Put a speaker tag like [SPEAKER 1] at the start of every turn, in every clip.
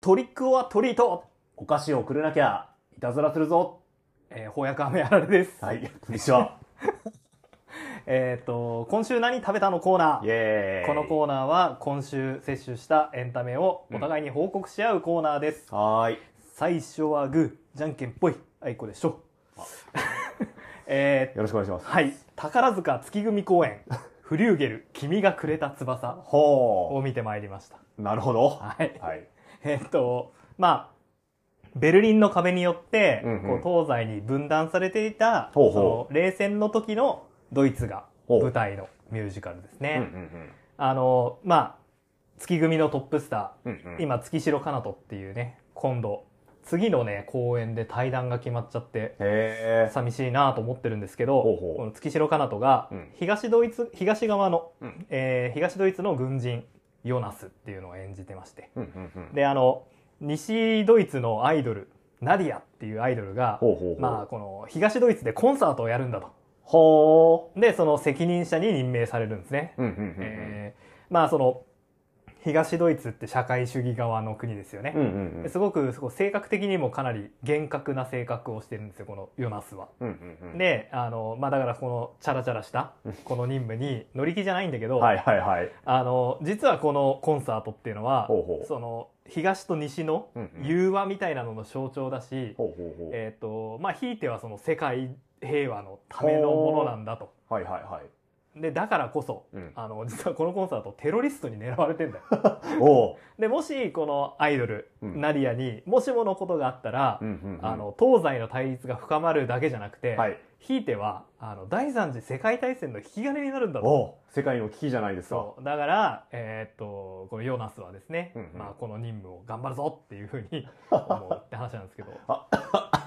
[SPEAKER 1] トリックオアトリートお菓子をくれなきゃいたずらするぞ
[SPEAKER 2] えー、翻訳雨あられです。
[SPEAKER 1] はい、こんに ちは。
[SPEAKER 2] えっ、と、今週何食べたのコーナ
[SPEAKER 1] イ
[SPEAKER 2] ー。
[SPEAKER 1] ェーイ。
[SPEAKER 2] このコーナーは今週摂取したエンタメをお互いに報告し合うコーナーです。
[SPEAKER 1] はーい。
[SPEAKER 2] 最初はグー、じゃんけんぽい、あいこでしょ。 えー
[SPEAKER 1] よろしくお願いします。
[SPEAKER 2] はい、宝塚月組公 演、フリューゲル、君がくれた翼
[SPEAKER 1] ほ
[SPEAKER 2] を見てまいりました。
[SPEAKER 1] う。なるほど。
[SPEAKER 2] はい。
[SPEAKER 1] はい。
[SPEAKER 2] えっと、まあ、ベルリンの壁によって、
[SPEAKER 1] うんうん
[SPEAKER 2] こう東西に分断されていた、
[SPEAKER 1] ほうほ
[SPEAKER 2] その冷戦の時のドイツが
[SPEAKER 1] ほう
[SPEAKER 2] 舞台のミュージカルです
[SPEAKER 1] うんう
[SPEAKER 2] ね。
[SPEAKER 1] ん
[SPEAKER 2] あの、まあ、月組のトップスタ
[SPEAKER 1] うん。うんう
[SPEAKER 2] ー、
[SPEAKER 1] ん。
[SPEAKER 2] 今、月城かなとっていうね、今度、次のね、公演で対談が決まっちゃって、
[SPEAKER 1] へえ。
[SPEAKER 2] 寂しいなと思ってるんですけど、
[SPEAKER 1] ほうほう
[SPEAKER 2] この月城かなとが
[SPEAKER 1] うん、
[SPEAKER 2] 東ドイツ、東側の、
[SPEAKER 1] うん
[SPEAKER 2] えー東ドイツの軍人、ヨナスっていうのを演じてまして、
[SPEAKER 1] うんうんうん。
[SPEAKER 2] であの西ドイツのアイドルナディアっていうアイドルが
[SPEAKER 1] ほうほうほう。
[SPEAKER 2] まあこの東ドイツでコンサートをやるんだと
[SPEAKER 1] ほ
[SPEAKER 2] でその責任者に任命されるんですね、
[SPEAKER 1] う。うんうんうんうん。
[SPEAKER 2] えーまあその東ドイツって社会主義側の国ですよね
[SPEAKER 1] う、んうんうん。
[SPEAKER 2] すごくすごい性格的にもかなり厳格な性格をしてるんですよこのヨナスは。
[SPEAKER 1] うんうんうん。
[SPEAKER 2] であの、まあ、だからこのチャラチャラした
[SPEAKER 1] うん
[SPEAKER 2] この任務に乗り気じゃないんだけど、
[SPEAKER 1] はいはいはい。
[SPEAKER 2] あの実はこのコンサートっていうのは
[SPEAKER 1] ほうほう
[SPEAKER 2] その東と西の
[SPEAKER 1] うんうん
[SPEAKER 2] 融和みたいなのの象徴だし、
[SPEAKER 1] ほうほうほ
[SPEAKER 2] えーとまあ、ひいてはその世界平和のためのものなんだと。
[SPEAKER 1] う。はいはいはい。
[SPEAKER 2] でだからこそ
[SPEAKER 1] うん。
[SPEAKER 2] あの実はこのコンサートテロリストに狙われてんだよ。
[SPEAKER 1] おう。
[SPEAKER 2] でもしこのアイドル、
[SPEAKER 1] うん
[SPEAKER 2] ナディアにもしものことがあったら、
[SPEAKER 1] うんうんうん。
[SPEAKER 2] あ、の東西の対立が深まるだけじゃなくて、
[SPEAKER 1] はい。
[SPEAKER 2] ひいてはあの第三次世界大戦の引き金になるんだと。
[SPEAKER 1] おう。世界の危機じゃないですか。
[SPEAKER 2] そうだから、えーっとこのヨナスはですね、
[SPEAKER 1] うんうん
[SPEAKER 2] まあ、この任務を頑張るぞっていうふう に思うって話なんですけど、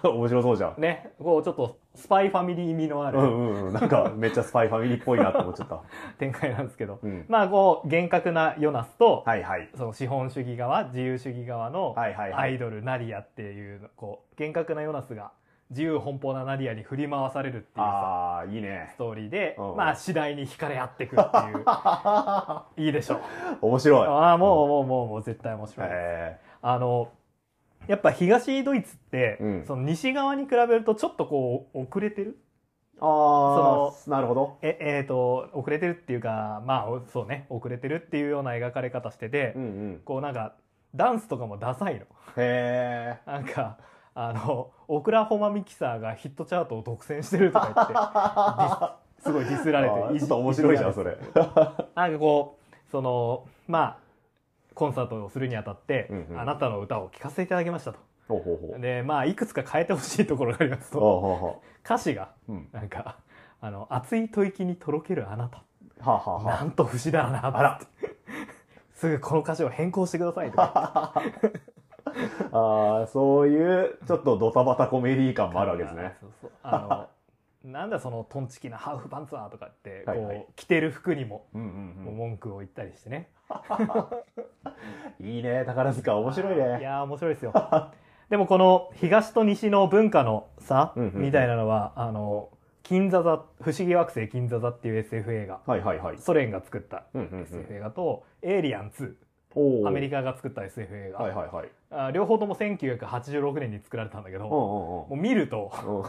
[SPEAKER 1] 面白そうじゃん。
[SPEAKER 2] ね、こうちょっとスパイファミリー味のあ
[SPEAKER 1] う
[SPEAKER 2] る
[SPEAKER 1] んうんうん。なんかめっちゃスパイファミリーっぽいなって思っちゃった。
[SPEAKER 2] 展開なんですけど、
[SPEAKER 1] うん。
[SPEAKER 2] まあこう厳格なヨナスと、
[SPEAKER 1] はいはい。
[SPEAKER 2] その資本主義側自由主義側の
[SPEAKER 1] はいはいは
[SPEAKER 2] アイ
[SPEAKER 1] い。
[SPEAKER 2] ドルナリアっていうのこう厳格なヨナスが自由奔放なナリアに振り回されるっていうさ
[SPEAKER 1] ああ、いいね
[SPEAKER 2] ス。トーリーで、
[SPEAKER 1] うん
[SPEAKER 2] まあ次第に惹かれ合ってくっていういいでし ょう
[SPEAKER 1] 面白い。
[SPEAKER 2] ああもうもうもうもう絶対面白いです。
[SPEAKER 1] え
[SPEAKER 2] あのやっぱ東ドイツって、
[SPEAKER 1] うん
[SPEAKER 2] その西側に比べるとちょっとこう遅れてる
[SPEAKER 1] ー、ああ、なるほど。
[SPEAKER 2] ええーと遅れてるっていうかまあおそうね遅れてるっていうような描かれ方してて、
[SPEAKER 1] うんうん。
[SPEAKER 2] こうなんかダンスとかもダサいの
[SPEAKER 1] へえ。
[SPEAKER 2] なんかあのオクラホマミキサーがヒットチャートを独占してるとか言ってディスすごいディスられ
[SPEAKER 1] あ
[SPEAKER 2] て
[SPEAKER 1] ー
[SPEAKER 2] い
[SPEAKER 1] ちょ
[SPEAKER 2] じ
[SPEAKER 1] っと面白いじゃん、
[SPEAKER 2] いじ
[SPEAKER 1] そ
[SPEAKER 2] ら
[SPEAKER 1] れ
[SPEAKER 2] て。なんかこうそのまあコンサートをするにあたって、
[SPEAKER 1] うんうん
[SPEAKER 2] あなたの歌を聴かせていただきましたと。
[SPEAKER 1] ほうほうほう。
[SPEAKER 2] でまあいくつか変えてほしいところがありますと
[SPEAKER 1] ほうほうほ
[SPEAKER 2] 歌詞が
[SPEAKER 1] う。うん。
[SPEAKER 2] なんか「あの熱い吐息にとろけるあなた
[SPEAKER 1] はあ、はあは
[SPEAKER 2] なんと不死だな」
[SPEAKER 1] あら
[SPEAKER 2] ってすぐこの歌詞を変更してください」と か
[SPEAKER 1] あ、ああー、そういう、ちょっとドタバタコメディ感もあるわけですね。
[SPEAKER 2] そうそうあのなんだそのトンチキなハーフパンツはとかってこう、
[SPEAKER 1] はいはい
[SPEAKER 2] 着てる服にも
[SPEAKER 1] うんう
[SPEAKER 2] もうん文句を言ったりしてね、
[SPEAKER 1] うん。いいね、宝塚、面白い
[SPEAKER 2] い
[SPEAKER 1] ね。
[SPEAKER 2] やー面白いですよでもこの東と西の文化の差
[SPEAKER 1] うんうんうん
[SPEAKER 2] みたいなのは、あの金座座不思議惑星金座座っていう SF 映画
[SPEAKER 1] はいはいはい。
[SPEAKER 2] ソ連が作った
[SPEAKER 1] うんうんう
[SPEAKER 2] SF
[SPEAKER 1] ん。
[SPEAKER 2] 映画と「エイリアン2
[SPEAKER 1] お」ー
[SPEAKER 2] アメリカが作った SF 映画、
[SPEAKER 1] はいはいはい。
[SPEAKER 2] あ両方とも1986年に作られたんだけど、
[SPEAKER 1] うん
[SPEAKER 2] もう見ると
[SPEAKER 1] うんうん。うん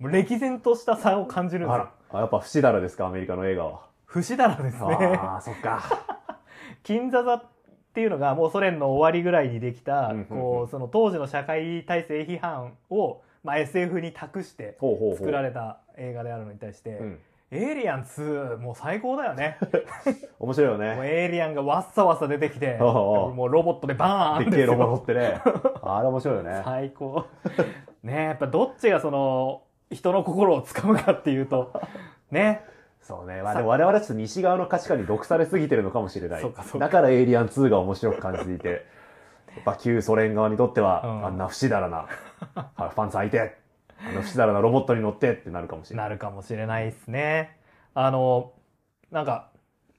[SPEAKER 2] もう歴然とした差を感じるんです
[SPEAKER 1] あ
[SPEAKER 2] よ
[SPEAKER 1] ら。あやっぱ不死だらですか、アメリカの映画は。
[SPEAKER 2] 不死だらですね
[SPEAKER 1] ああ、そっ か。
[SPEAKER 2] 金座座っていうのがもうソ連の終わりぐらいにできた、
[SPEAKER 1] うんうんうん
[SPEAKER 2] こうその当時の社会体制批判を、まあ、SF に託して
[SPEAKER 1] ほうほうほう。
[SPEAKER 2] 作られた映画であるのに対して「
[SPEAKER 1] うん。
[SPEAKER 2] エイリアン2」もう最高だよ ね
[SPEAKER 1] 面白いよ
[SPEAKER 2] もう
[SPEAKER 1] ね。
[SPEAKER 2] エイリアンがわっさわっさ出てきて
[SPEAKER 1] おうおう
[SPEAKER 2] もうロボットでバ
[SPEAKER 1] で
[SPEAKER 2] ーン
[SPEAKER 1] っけえ
[SPEAKER 2] です
[SPEAKER 1] ロボ
[SPEAKER 2] よ
[SPEAKER 1] 乗って ね。あれ面白いよね。
[SPEAKER 2] 最高ねえやっぱどっちがその人の心をつかむかっていうとね
[SPEAKER 1] そうね。まあでも我々はちょっと西側の価値観に毒されすぎてるのかもしれない。
[SPEAKER 2] そうかそうか
[SPEAKER 1] だからエイリアン2が面白く感じていて、 やっぱ旧ソ連側にとっては、
[SPEAKER 2] うん
[SPEAKER 1] あんな不死だらな、ハー フパンツ履いて、あの不死だらなロボットに乗ってってなるかもしれない。
[SPEAKER 2] なるかもしれないですねあのなんか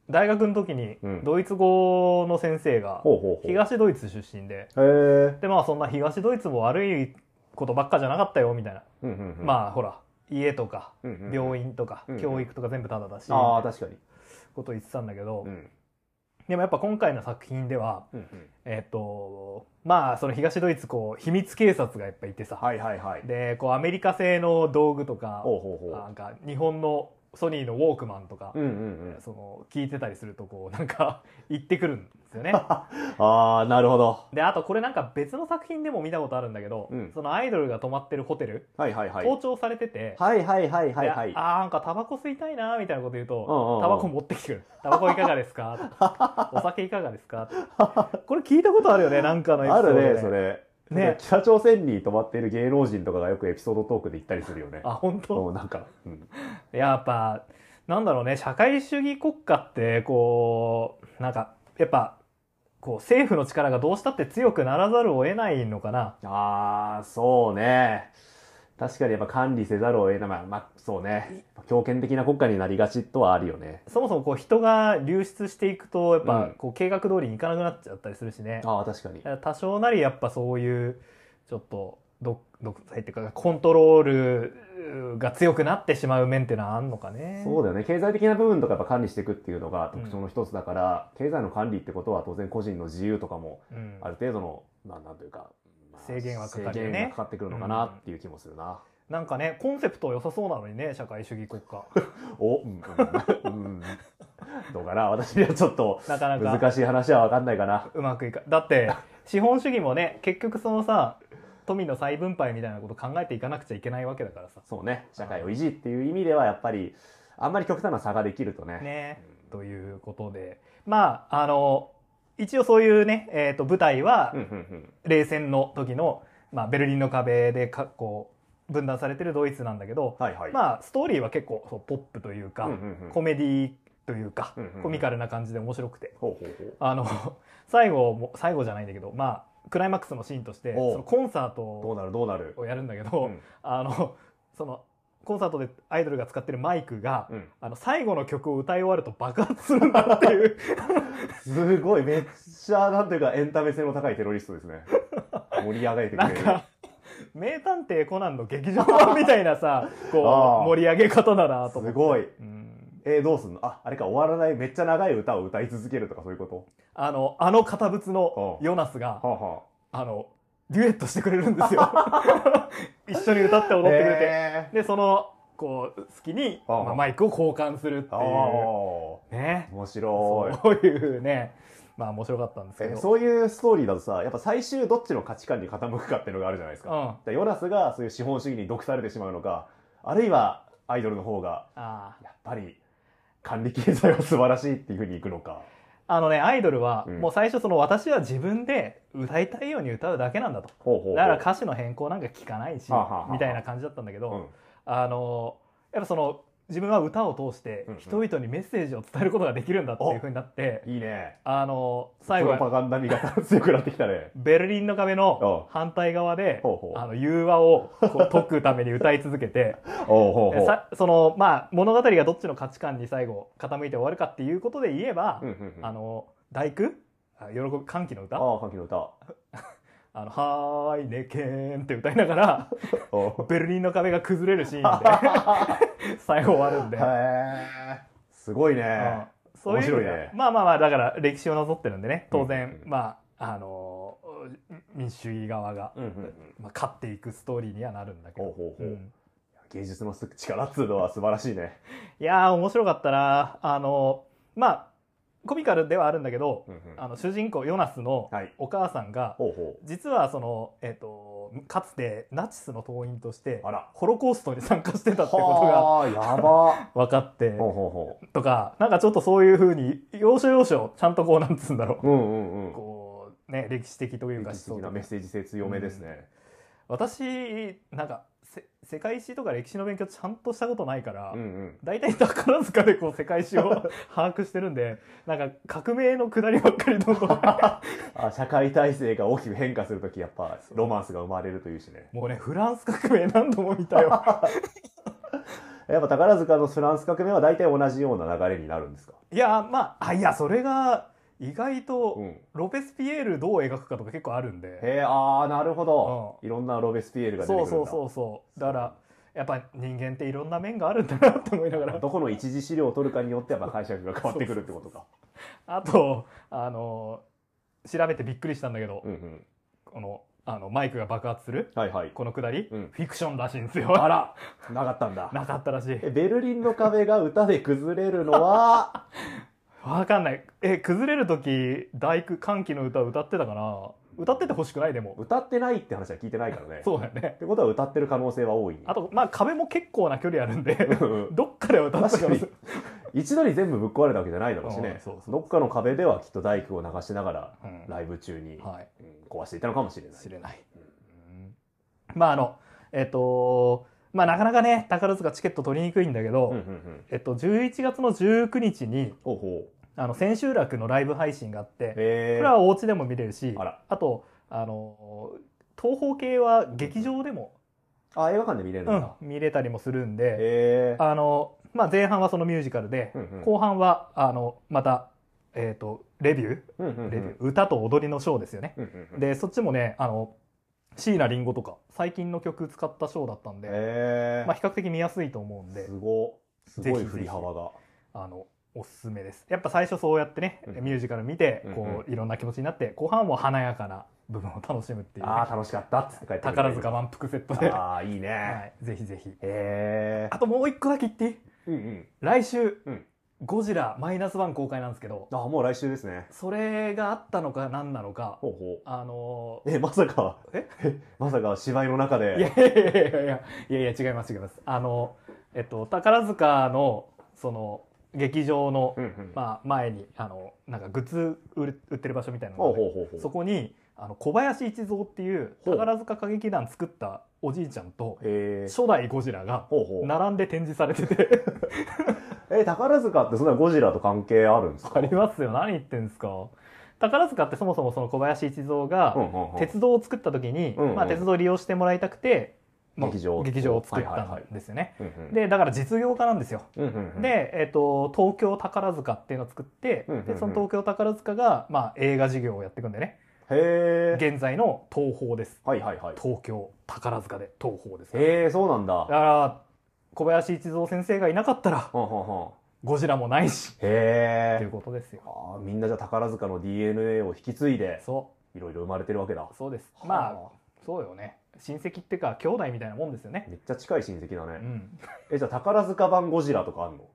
[SPEAKER 2] 大学の時に
[SPEAKER 1] うん
[SPEAKER 2] ドイツ語の先生が
[SPEAKER 1] ほうほうほう。へ
[SPEAKER 2] 東ドイツ出身で
[SPEAKER 1] え。
[SPEAKER 2] でまあそんな東ドイツも悪いことばっかじゃなかったよみたいな、
[SPEAKER 1] うんうんうん、あ、
[SPEAKER 2] まあほら家とか
[SPEAKER 1] うんうんうん
[SPEAKER 2] 病院とか
[SPEAKER 1] うんうん
[SPEAKER 2] 教育とか全部タダだし、
[SPEAKER 1] ああ、確かに。
[SPEAKER 2] こと言ってたんだけど、
[SPEAKER 1] うん。
[SPEAKER 2] でもやっぱ今回の作品では
[SPEAKER 1] うんうん
[SPEAKER 2] えっ、とまあその東ドイツこう秘密警察がやっぱいてさ、
[SPEAKER 1] はいはいはい。
[SPEAKER 2] でこうアメリカ製の道具とか
[SPEAKER 1] ほうほうほ
[SPEAKER 2] な
[SPEAKER 1] う。
[SPEAKER 2] んか日本のソニーのウォークマンとか、
[SPEAKER 1] うんうんうん。
[SPEAKER 2] その聞いてたりするとこうなん か言ってくるんですよ ね。
[SPEAKER 1] ああ、なるほど。
[SPEAKER 2] であとこれなんか別の作品でも見たことあるんだけど、
[SPEAKER 1] うん
[SPEAKER 2] そのアイドルが泊まってるホテル、
[SPEAKER 1] はいはいはい。
[SPEAKER 2] 盗聴されてて、
[SPEAKER 1] はいはいはいはいは
[SPEAKER 2] で
[SPEAKER 1] い。
[SPEAKER 2] あーなんかタバコ吸いたいなーみたいなこと言うと、
[SPEAKER 1] うんうんうん
[SPEAKER 2] タバコ持ってきてく る「タバコいかがですか?と」お酒いかがですか?」とこれ聞いたことあるよねなんかのエピソ
[SPEAKER 1] あ
[SPEAKER 2] ード
[SPEAKER 1] る
[SPEAKER 2] で
[SPEAKER 1] ね、それ。
[SPEAKER 2] ね
[SPEAKER 1] ね、北朝鮮に泊まっている芸能人とかがよくエピソードトークで行ったりするよね。
[SPEAKER 2] あ本当
[SPEAKER 1] うんなんか、うん
[SPEAKER 2] やっぱなんだろうね社会主義国家ってこうなんかやっぱこう政府の力がどうしたって強くならざるを得ないのかな
[SPEAKER 1] ああ、そうね。確かにやっぱ管理せざるを得ない。まあ、まあ、そうね。強権的な国家になりがちとはあるよね。
[SPEAKER 2] そもそもこう人が流出していくとやっ
[SPEAKER 1] う
[SPEAKER 2] ぱ
[SPEAKER 1] ん
[SPEAKER 2] こう計画通りにいかなくなっちゃったりするしね、
[SPEAKER 1] ああ、確かに。
[SPEAKER 2] 多少なりやっぱそういうちょっと独独裁っていうかコントロールが強くなってしまう面っていうのはあんのかね
[SPEAKER 1] そうだよね。経済的な部分とかやっぱ管理していくっていうのが特徴の一つだから、経済の管理ってことは当然個人の自由とかも
[SPEAKER 2] うん
[SPEAKER 1] ある程度の、まあ、なんというか、まあ
[SPEAKER 2] 制限はかかるよね
[SPEAKER 1] 制限がかかってくるのかなっていう気もするな。
[SPEAKER 2] なんかねコンセプト良さそうなのにね社会主義国 家
[SPEAKER 1] お、うん、うん、どうかな私にはちょっと
[SPEAKER 2] なかなか
[SPEAKER 1] 難しい話は分かんないかな。
[SPEAKER 2] うまくいかだって資本主義もね結局そのさ富の再分配みたいなこと考えていかなくちゃいけないわけだからさ
[SPEAKER 1] そうね、社会を維持っていう意味ではやっぱり、あんまり極端な差ができるとね。
[SPEAKER 2] ねということでまああの一応そういうね、えー、と舞台は
[SPEAKER 1] うん、うん、うん。
[SPEAKER 2] 冷戦の時の、まあ、ベルリンの壁でかこう分断されてるドイツなんだけど、
[SPEAKER 1] はいはい。
[SPEAKER 2] まあストーリーは結構そうポップというか、
[SPEAKER 1] うんうんうん
[SPEAKER 2] コメディというか、
[SPEAKER 1] うんうんうん
[SPEAKER 2] コミカルな感じで面白くて
[SPEAKER 1] ほうほうほう。
[SPEAKER 2] あの 最後も最後じゃないんだけどまあクライマックスのシーンとして
[SPEAKER 1] おう
[SPEAKER 2] そのコンサート
[SPEAKER 1] どう
[SPEAKER 2] を
[SPEAKER 1] なるどうなる。
[SPEAKER 2] をやるんだけど、
[SPEAKER 1] うん
[SPEAKER 2] あのそのコンサートでアイドルが使ってるマイクが、
[SPEAKER 1] うん
[SPEAKER 2] あの最後の曲を歌い終わると爆発するんだっていう
[SPEAKER 1] すごい、めっちゃ、なんていうか、エンタメ性の高いテロリストですね。盛り上げてく
[SPEAKER 2] な
[SPEAKER 1] れ
[SPEAKER 2] ん
[SPEAKER 1] る。
[SPEAKER 2] か「名探偵コナン」の劇場版みたいな さこ
[SPEAKER 1] あ
[SPEAKER 2] う
[SPEAKER 1] ー
[SPEAKER 2] 盛り上げ方だなと
[SPEAKER 1] す
[SPEAKER 2] 思って
[SPEAKER 1] ごい。
[SPEAKER 2] うん
[SPEAKER 1] えー、どうすんのあ、あれか、終わらない、めっちゃ長い歌を歌い続けるとかそういうこ
[SPEAKER 2] あのあの堅物の
[SPEAKER 1] お
[SPEAKER 2] ヨナスが
[SPEAKER 1] とはあは
[SPEAKER 2] あのデュエットしてくれるんです よ一緒に歌って踊
[SPEAKER 1] あ。
[SPEAKER 2] ってくれて、
[SPEAKER 1] え
[SPEAKER 2] でそのこう好きに、
[SPEAKER 1] お
[SPEAKER 2] まあ、マイクを交換するって
[SPEAKER 1] ー、あ
[SPEAKER 2] いう
[SPEAKER 1] あ。
[SPEAKER 2] ね
[SPEAKER 1] 面白い。
[SPEAKER 2] そういうねまあ面白かったんですけ
[SPEAKER 1] え
[SPEAKER 2] ど
[SPEAKER 1] そういうストーリーだとさやっぱ最終どっちの価値観に傾くかっていうのがあるじゃないですか、
[SPEAKER 2] う
[SPEAKER 1] だか
[SPEAKER 2] ん
[SPEAKER 1] らヨナスがそういう資本主義に毒されてしまうのかあるいはアイドルの方が
[SPEAKER 2] あー
[SPEAKER 1] やっぱり管理経済は素晴らしいっていうふうにいくのか
[SPEAKER 2] あのねアイドルは、
[SPEAKER 1] うん
[SPEAKER 2] もう最初その私は自分で歌いたいように歌うだけなんだと
[SPEAKER 1] ほうほうほう
[SPEAKER 2] だから歌詞の変更なんか聞かないし
[SPEAKER 1] はあはあはあ
[SPEAKER 2] みたいな感じだったんだけど、
[SPEAKER 1] うん
[SPEAKER 2] あのやっぱその自分は歌を通して
[SPEAKER 1] うんうん
[SPEAKER 2] 人々にメッセージを伝えることができるんだっていうふうになって、
[SPEAKER 1] いいね
[SPEAKER 2] あの
[SPEAKER 1] プ
[SPEAKER 2] 最後
[SPEAKER 1] ロ
[SPEAKER 2] は
[SPEAKER 1] パガンダ味方が強くなってきたね
[SPEAKER 2] ベルリンの壁の反対側で
[SPEAKER 1] ほうほう
[SPEAKER 2] あの融和をこう解くために歌い続けて
[SPEAKER 1] おうほうほ
[SPEAKER 2] で
[SPEAKER 1] う
[SPEAKER 2] さその、まあ、物語がどっちの価値観に最後傾いて終わるかっていうことで言えば、
[SPEAKER 1] うんうんうん
[SPEAKER 2] あの大工あ喜ぶ歓喜の歌
[SPEAKER 1] ああ歓喜の歌
[SPEAKER 2] 「あのはーいねけーん」って歌いながら
[SPEAKER 1] おう
[SPEAKER 2] ベルリンの壁が崩れるシーンで 最後終わるんで。
[SPEAKER 1] へえすごいね
[SPEAKER 2] うんそういう意味では
[SPEAKER 1] 面白いね
[SPEAKER 2] まあまあまあだから歴史をなぞってるんでね当
[SPEAKER 1] うん
[SPEAKER 2] 然
[SPEAKER 1] う、んうん
[SPEAKER 2] まああのー民主主義側が、
[SPEAKER 1] うんうんうん
[SPEAKER 2] まあ、勝っていくストーリーにはなるんだけ
[SPEAKER 1] ほう
[SPEAKER 2] ど、
[SPEAKER 1] ほうほう、
[SPEAKER 2] うん
[SPEAKER 1] 芸術の力っつうのは素晴らしいね、
[SPEAKER 2] いやー面白かったなあのーまあコミカルではあるんだけど、
[SPEAKER 1] うんうん
[SPEAKER 2] あの主人公ヨナスの
[SPEAKER 1] はい
[SPEAKER 2] お母さんが、
[SPEAKER 1] ほうほ
[SPEAKER 2] 実はその、えっとかつてナチスの党員として
[SPEAKER 1] うあら
[SPEAKER 2] ホロコーストに参加してたってこ
[SPEAKER 1] はあやば
[SPEAKER 2] とが分かって
[SPEAKER 1] ほうほうほ
[SPEAKER 2] とかなんかちょっとそういうふうに要所要所ちゃんとこうなんつうんだろう
[SPEAKER 1] う。うんうんうん。
[SPEAKER 2] こうね歴史的というか
[SPEAKER 1] 歴史的なメッセージ性強めですね。
[SPEAKER 2] 私なんかせ世界史とか歴史の勉強ちゃんとしたことないから、
[SPEAKER 1] うんうん。
[SPEAKER 2] 大体宝塚でこう世界史 を把握してるんでなんか革命の下りばっかりどん どん
[SPEAKER 1] あ社会体制が大きく変化するときやっぱロマンスが生まれるというしね。
[SPEAKER 2] もうねフランス革命何度も見たよ
[SPEAKER 1] やっぱ 宝塚のフランス革命は大体同じような流れになるんですか。
[SPEAKER 2] いやまああいやそれが意外と
[SPEAKER 1] うん。
[SPEAKER 2] ロペスピエールどう描くかとか結構あるんで、
[SPEAKER 1] へえああなるほど、いろんなロベスピエールが出てく
[SPEAKER 2] そ
[SPEAKER 1] る
[SPEAKER 2] うん
[SPEAKER 1] だ。
[SPEAKER 2] そうそうそうだからやっぱ人間っ ていろんな面があるんだなと思いながら
[SPEAKER 1] どこの一次資料を取るかによってやっぱ解釈が変わってくるってことか。
[SPEAKER 2] あとあの調べてびっくりしたんだけど、
[SPEAKER 1] うんうん。
[SPEAKER 2] このあのマイクが爆発する
[SPEAKER 1] はいはい。
[SPEAKER 2] このくだり、
[SPEAKER 1] うん
[SPEAKER 2] フィクションらしいんですよ
[SPEAKER 1] あら、なかったんだ。
[SPEAKER 2] なかったらしい
[SPEAKER 1] えベルリンの壁が歌で崩れるの は、
[SPEAKER 2] わかんないえ崩れる時大工歓喜の歌歌ってたかな歌っててほしくないでも
[SPEAKER 1] 歌ってないって話は聞いてないからね。
[SPEAKER 2] そうだよね
[SPEAKER 1] ってことは歌ってる可能性は多い。
[SPEAKER 2] あとまあ壁も結構な距離あるん
[SPEAKER 1] う
[SPEAKER 2] で
[SPEAKER 1] んうん
[SPEAKER 2] どっかでは歌って
[SPEAKER 1] 確か 一度に全部ぶっ壊れたわけじゃないだろうし
[SPEAKER 2] うん
[SPEAKER 1] ね
[SPEAKER 2] そうそう。そう
[SPEAKER 1] どっかの壁ではきっと大工を流しながら、
[SPEAKER 2] うん
[SPEAKER 1] ライブ中に、
[SPEAKER 2] はい
[SPEAKER 1] うん壊していたのかもしれない
[SPEAKER 2] 知。れない、
[SPEAKER 1] うん
[SPEAKER 2] うんまああのえっ、とまあなかなかね宝塚チケット取りにくいんだけど、
[SPEAKER 1] うんうんうん。
[SPEAKER 2] えっと、11月の19日に
[SPEAKER 1] ほうほう。
[SPEAKER 2] あの千秋楽のライブ配信があってこ
[SPEAKER 1] え
[SPEAKER 2] れ
[SPEAKER 1] ー。
[SPEAKER 2] はお家でも見れるし
[SPEAKER 1] あら
[SPEAKER 2] とあの東宝系は劇場でも、
[SPEAKER 1] あ、映画館で見れるん
[SPEAKER 2] うん
[SPEAKER 1] だ。
[SPEAKER 2] 見れたりもするんで、
[SPEAKER 1] えー。
[SPEAKER 2] あのまあ、前半はそのミュージカルで、
[SPEAKER 1] うんうん
[SPEAKER 2] 後半はあのまた、えっとレビュ
[SPEAKER 1] うんうんう
[SPEAKER 2] ー
[SPEAKER 1] ん
[SPEAKER 2] レビュー、歌と踊りのショーですよね。
[SPEAKER 1] うんうんうん
[SPEAKER 2] でそっちもねあの椎名林檎とか最近の曲使ったショーだったんで、
[SPEAKER 1] えー。
[SPEAKER 2] まあ、比較的見やすいと思うんです
[SPEAKER 1] ごすご
[SPEAKER 2] ぜひ
[SPEAKER 1] い
[SPEAKER 2] ぜひ
[SPEAKER 1] 振り幅が。
[SPEAKER 2] あのおすすめですやっぱ最初そうやってね、
[SPEAKER 1] うん
[SPEAKER 2] ミュージカル見て
[SPEAKER 1] うんうん
[SPEAKER 2] こういろんな気持ちになって後半も華やかな部分を楽しむっていうね、
[SPEAKER 1] ああ、楽しかったっつって帰ってくる
[SPEAKER 2] 宝塚満腹セットで、は
[SPEAKER 1] ああ、いいね。
[SPEAKER 2] い、ぜひぜひ
[SPEAKER 1] へえ
[SPEAKER 2] あともう一個だけ言っていい
[SPEAKER 1] うんうん。
[SPEAKER 2] 来週、
[SPEAKER 1] うん
[SPEAKER 2] ゴジラマイナスワン公開なんですけど
[SPEAKER 1] あもう来週ですね。
[SPEAKER 2] それがあったのか何なのか
[SPEAKER 1] ほうほ
[SPEAKER 2] あの
[SPEAKER 1] う。え、まさか、
[SPEAKER 2] え
[SPEAKER 1] まさか芝居の中
[SPEAKER 2] いやい
[SPEAKER 1] で。
[SPEAKER 2] やいやいやいやいやいや違います違いますあのえっと宝塚のその劇場の、
[SPEAKER 1] うんうん。
[SPEAKER 2] まあ、前にあのなんかグッズ売る売ってる場所みたいなのがあ
[SPEAKER 1] ほ
[SPEAKER 2] っ
[SPEAKER 1] う
[SPEAKER 2] て
[SPEAKER 1] ほうほうほう。
[SPEAKER 2] そこにあの小林一三っていう
[SPEAKER 1] ほう
[SPEAKER 2] 宝塚歌劇団作ったおじいちゃんと
[SPEAKER 1] へえ
[SPEAKER 2] 初代ゴジラが
[SPEAKER 1] ほうほう。
[SPEAKER 2] 並んで展示されて て
[SPEAKER 1] え、宝塚ってそんなゴジラと関係あるんですか
[SPEAKER 2] ありますよ何言ってんですか宝塚ってそもそもその小林一三が
[SPEAKER 1] うんうんうん。
[SPEAKER 2] 鉄道を作った時に、
[SPEAKER 1] うんうん
[SPEAKER 2] まあ、鉄道を利用してもらいたくて、まあ
[SPEAKER 1] 劇場を
[SPEAKER 2] 劇場を作った
[SPEAKER 1] はいはいは
[SPEAKER 2] ん
[SPEAKER 1] い
[SPEAKER 2] ですよね、
[SPEAKER 1] うんうん、
[SPEAKER 2] でだから実業家なんですよ
[SPEAKER 1] うんうんうん、
[SPEAKER 2] で、えっと東京宝塚っていうのを作って、
[SPEAKER 1] うんうんうん
[SPEAKER 2] でその東京宝塚が、まあ、映画事業をやっていくんでね
[SPEAKER 1] へえ。
[SPEAKER 2] 現在の東宝です
[SPEAKER 1] はいはいはい。
[SPEAKER 2] 東京宝塚で東宝ですね
[SPEAKER 1] へえ、そうなん
[SPEAKER 2] だ
[SPEAKER 1] だ。
[SPEAKER 2] から小林一三先生がいなかったら
[SPEAKER 1] ほんほんほん。
[SPEAKER 2] ゴジラもないし
[SPEAKER 1] へ
[SPEAKER 2] とい
[SPEAKER 1] え
[SPEAKER 2] う。ことですよ
[SPEAKER 1] あーみんなじゃあ宝塚の DNA を引き継いで、
[SPEAKER 2] そ
[SPEAKER 1] いろいろ生まれてるわけだ
[SPEAKER 2] う。そうです
[SPEAKER 1] は
[SPEAKER 2] まあそうよね親戚っていうか兄弟みたいなもんですよね
[SPEAKER 1] めっちゃ近い親戚だ
[SPEAKER 2] う
[SPEAKER 1] ね。
[SPEAKER 2] ん
[SPEAKER 1] え、じゃあ宝塚版ゴジラとかあんの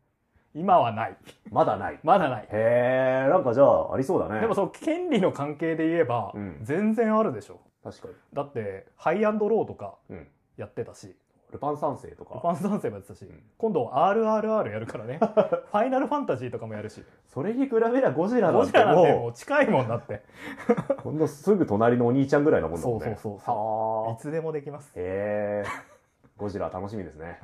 [SPEAKER 2] 今はない
[SPEAKER 1] まだない。
[SPEAKER 2] まだない
[SPEAKER 1] へえ、なんかじゃあありそうだね。
[SPEAKER 2] でもその権利の関係で言えば
[SPEAKER 1] うん
[SPEAKER 2] 全然あるでしょ
[SPEAKER 1] 確かに。
[SPEAKER 2] だってハイアンドローとか
[SPEAKER 1] うん。
[SPEAKER 2] やってたし
[SPEAKER 1] ルパン三世と
[SPEAKER 2] ル
[SPEAKER 1] か。
[SPEAKER 2] パン三世もやってたし
[SPEAKER 1] ん
[SPEAKER 2] 今度 RRR やる からねファイナルファンタジーとかもやるし
[SPEAKER 1] それに比べりゃゴジラな
[SPEAKER 2] ゴ
[SPEAKER 1] ん
[SPEAKER 2] ジ
[SPEAKER 1] て
[SPEAKER 2] ラなんて
[SPEAKER 1] も
[SPEAKER 2] もう近いもんだって
[SPEAKER 1] う、ほんのすぐ隣のお兄ちゃんぐらいのもんだもんね。
[SPEAKER 2] そうそうそうそう
[SPEAKER 1] はい
[SPEAKER 2] つでもできます
[SPEAKER 1] あ。へえ。ゴジラ楽しみですね。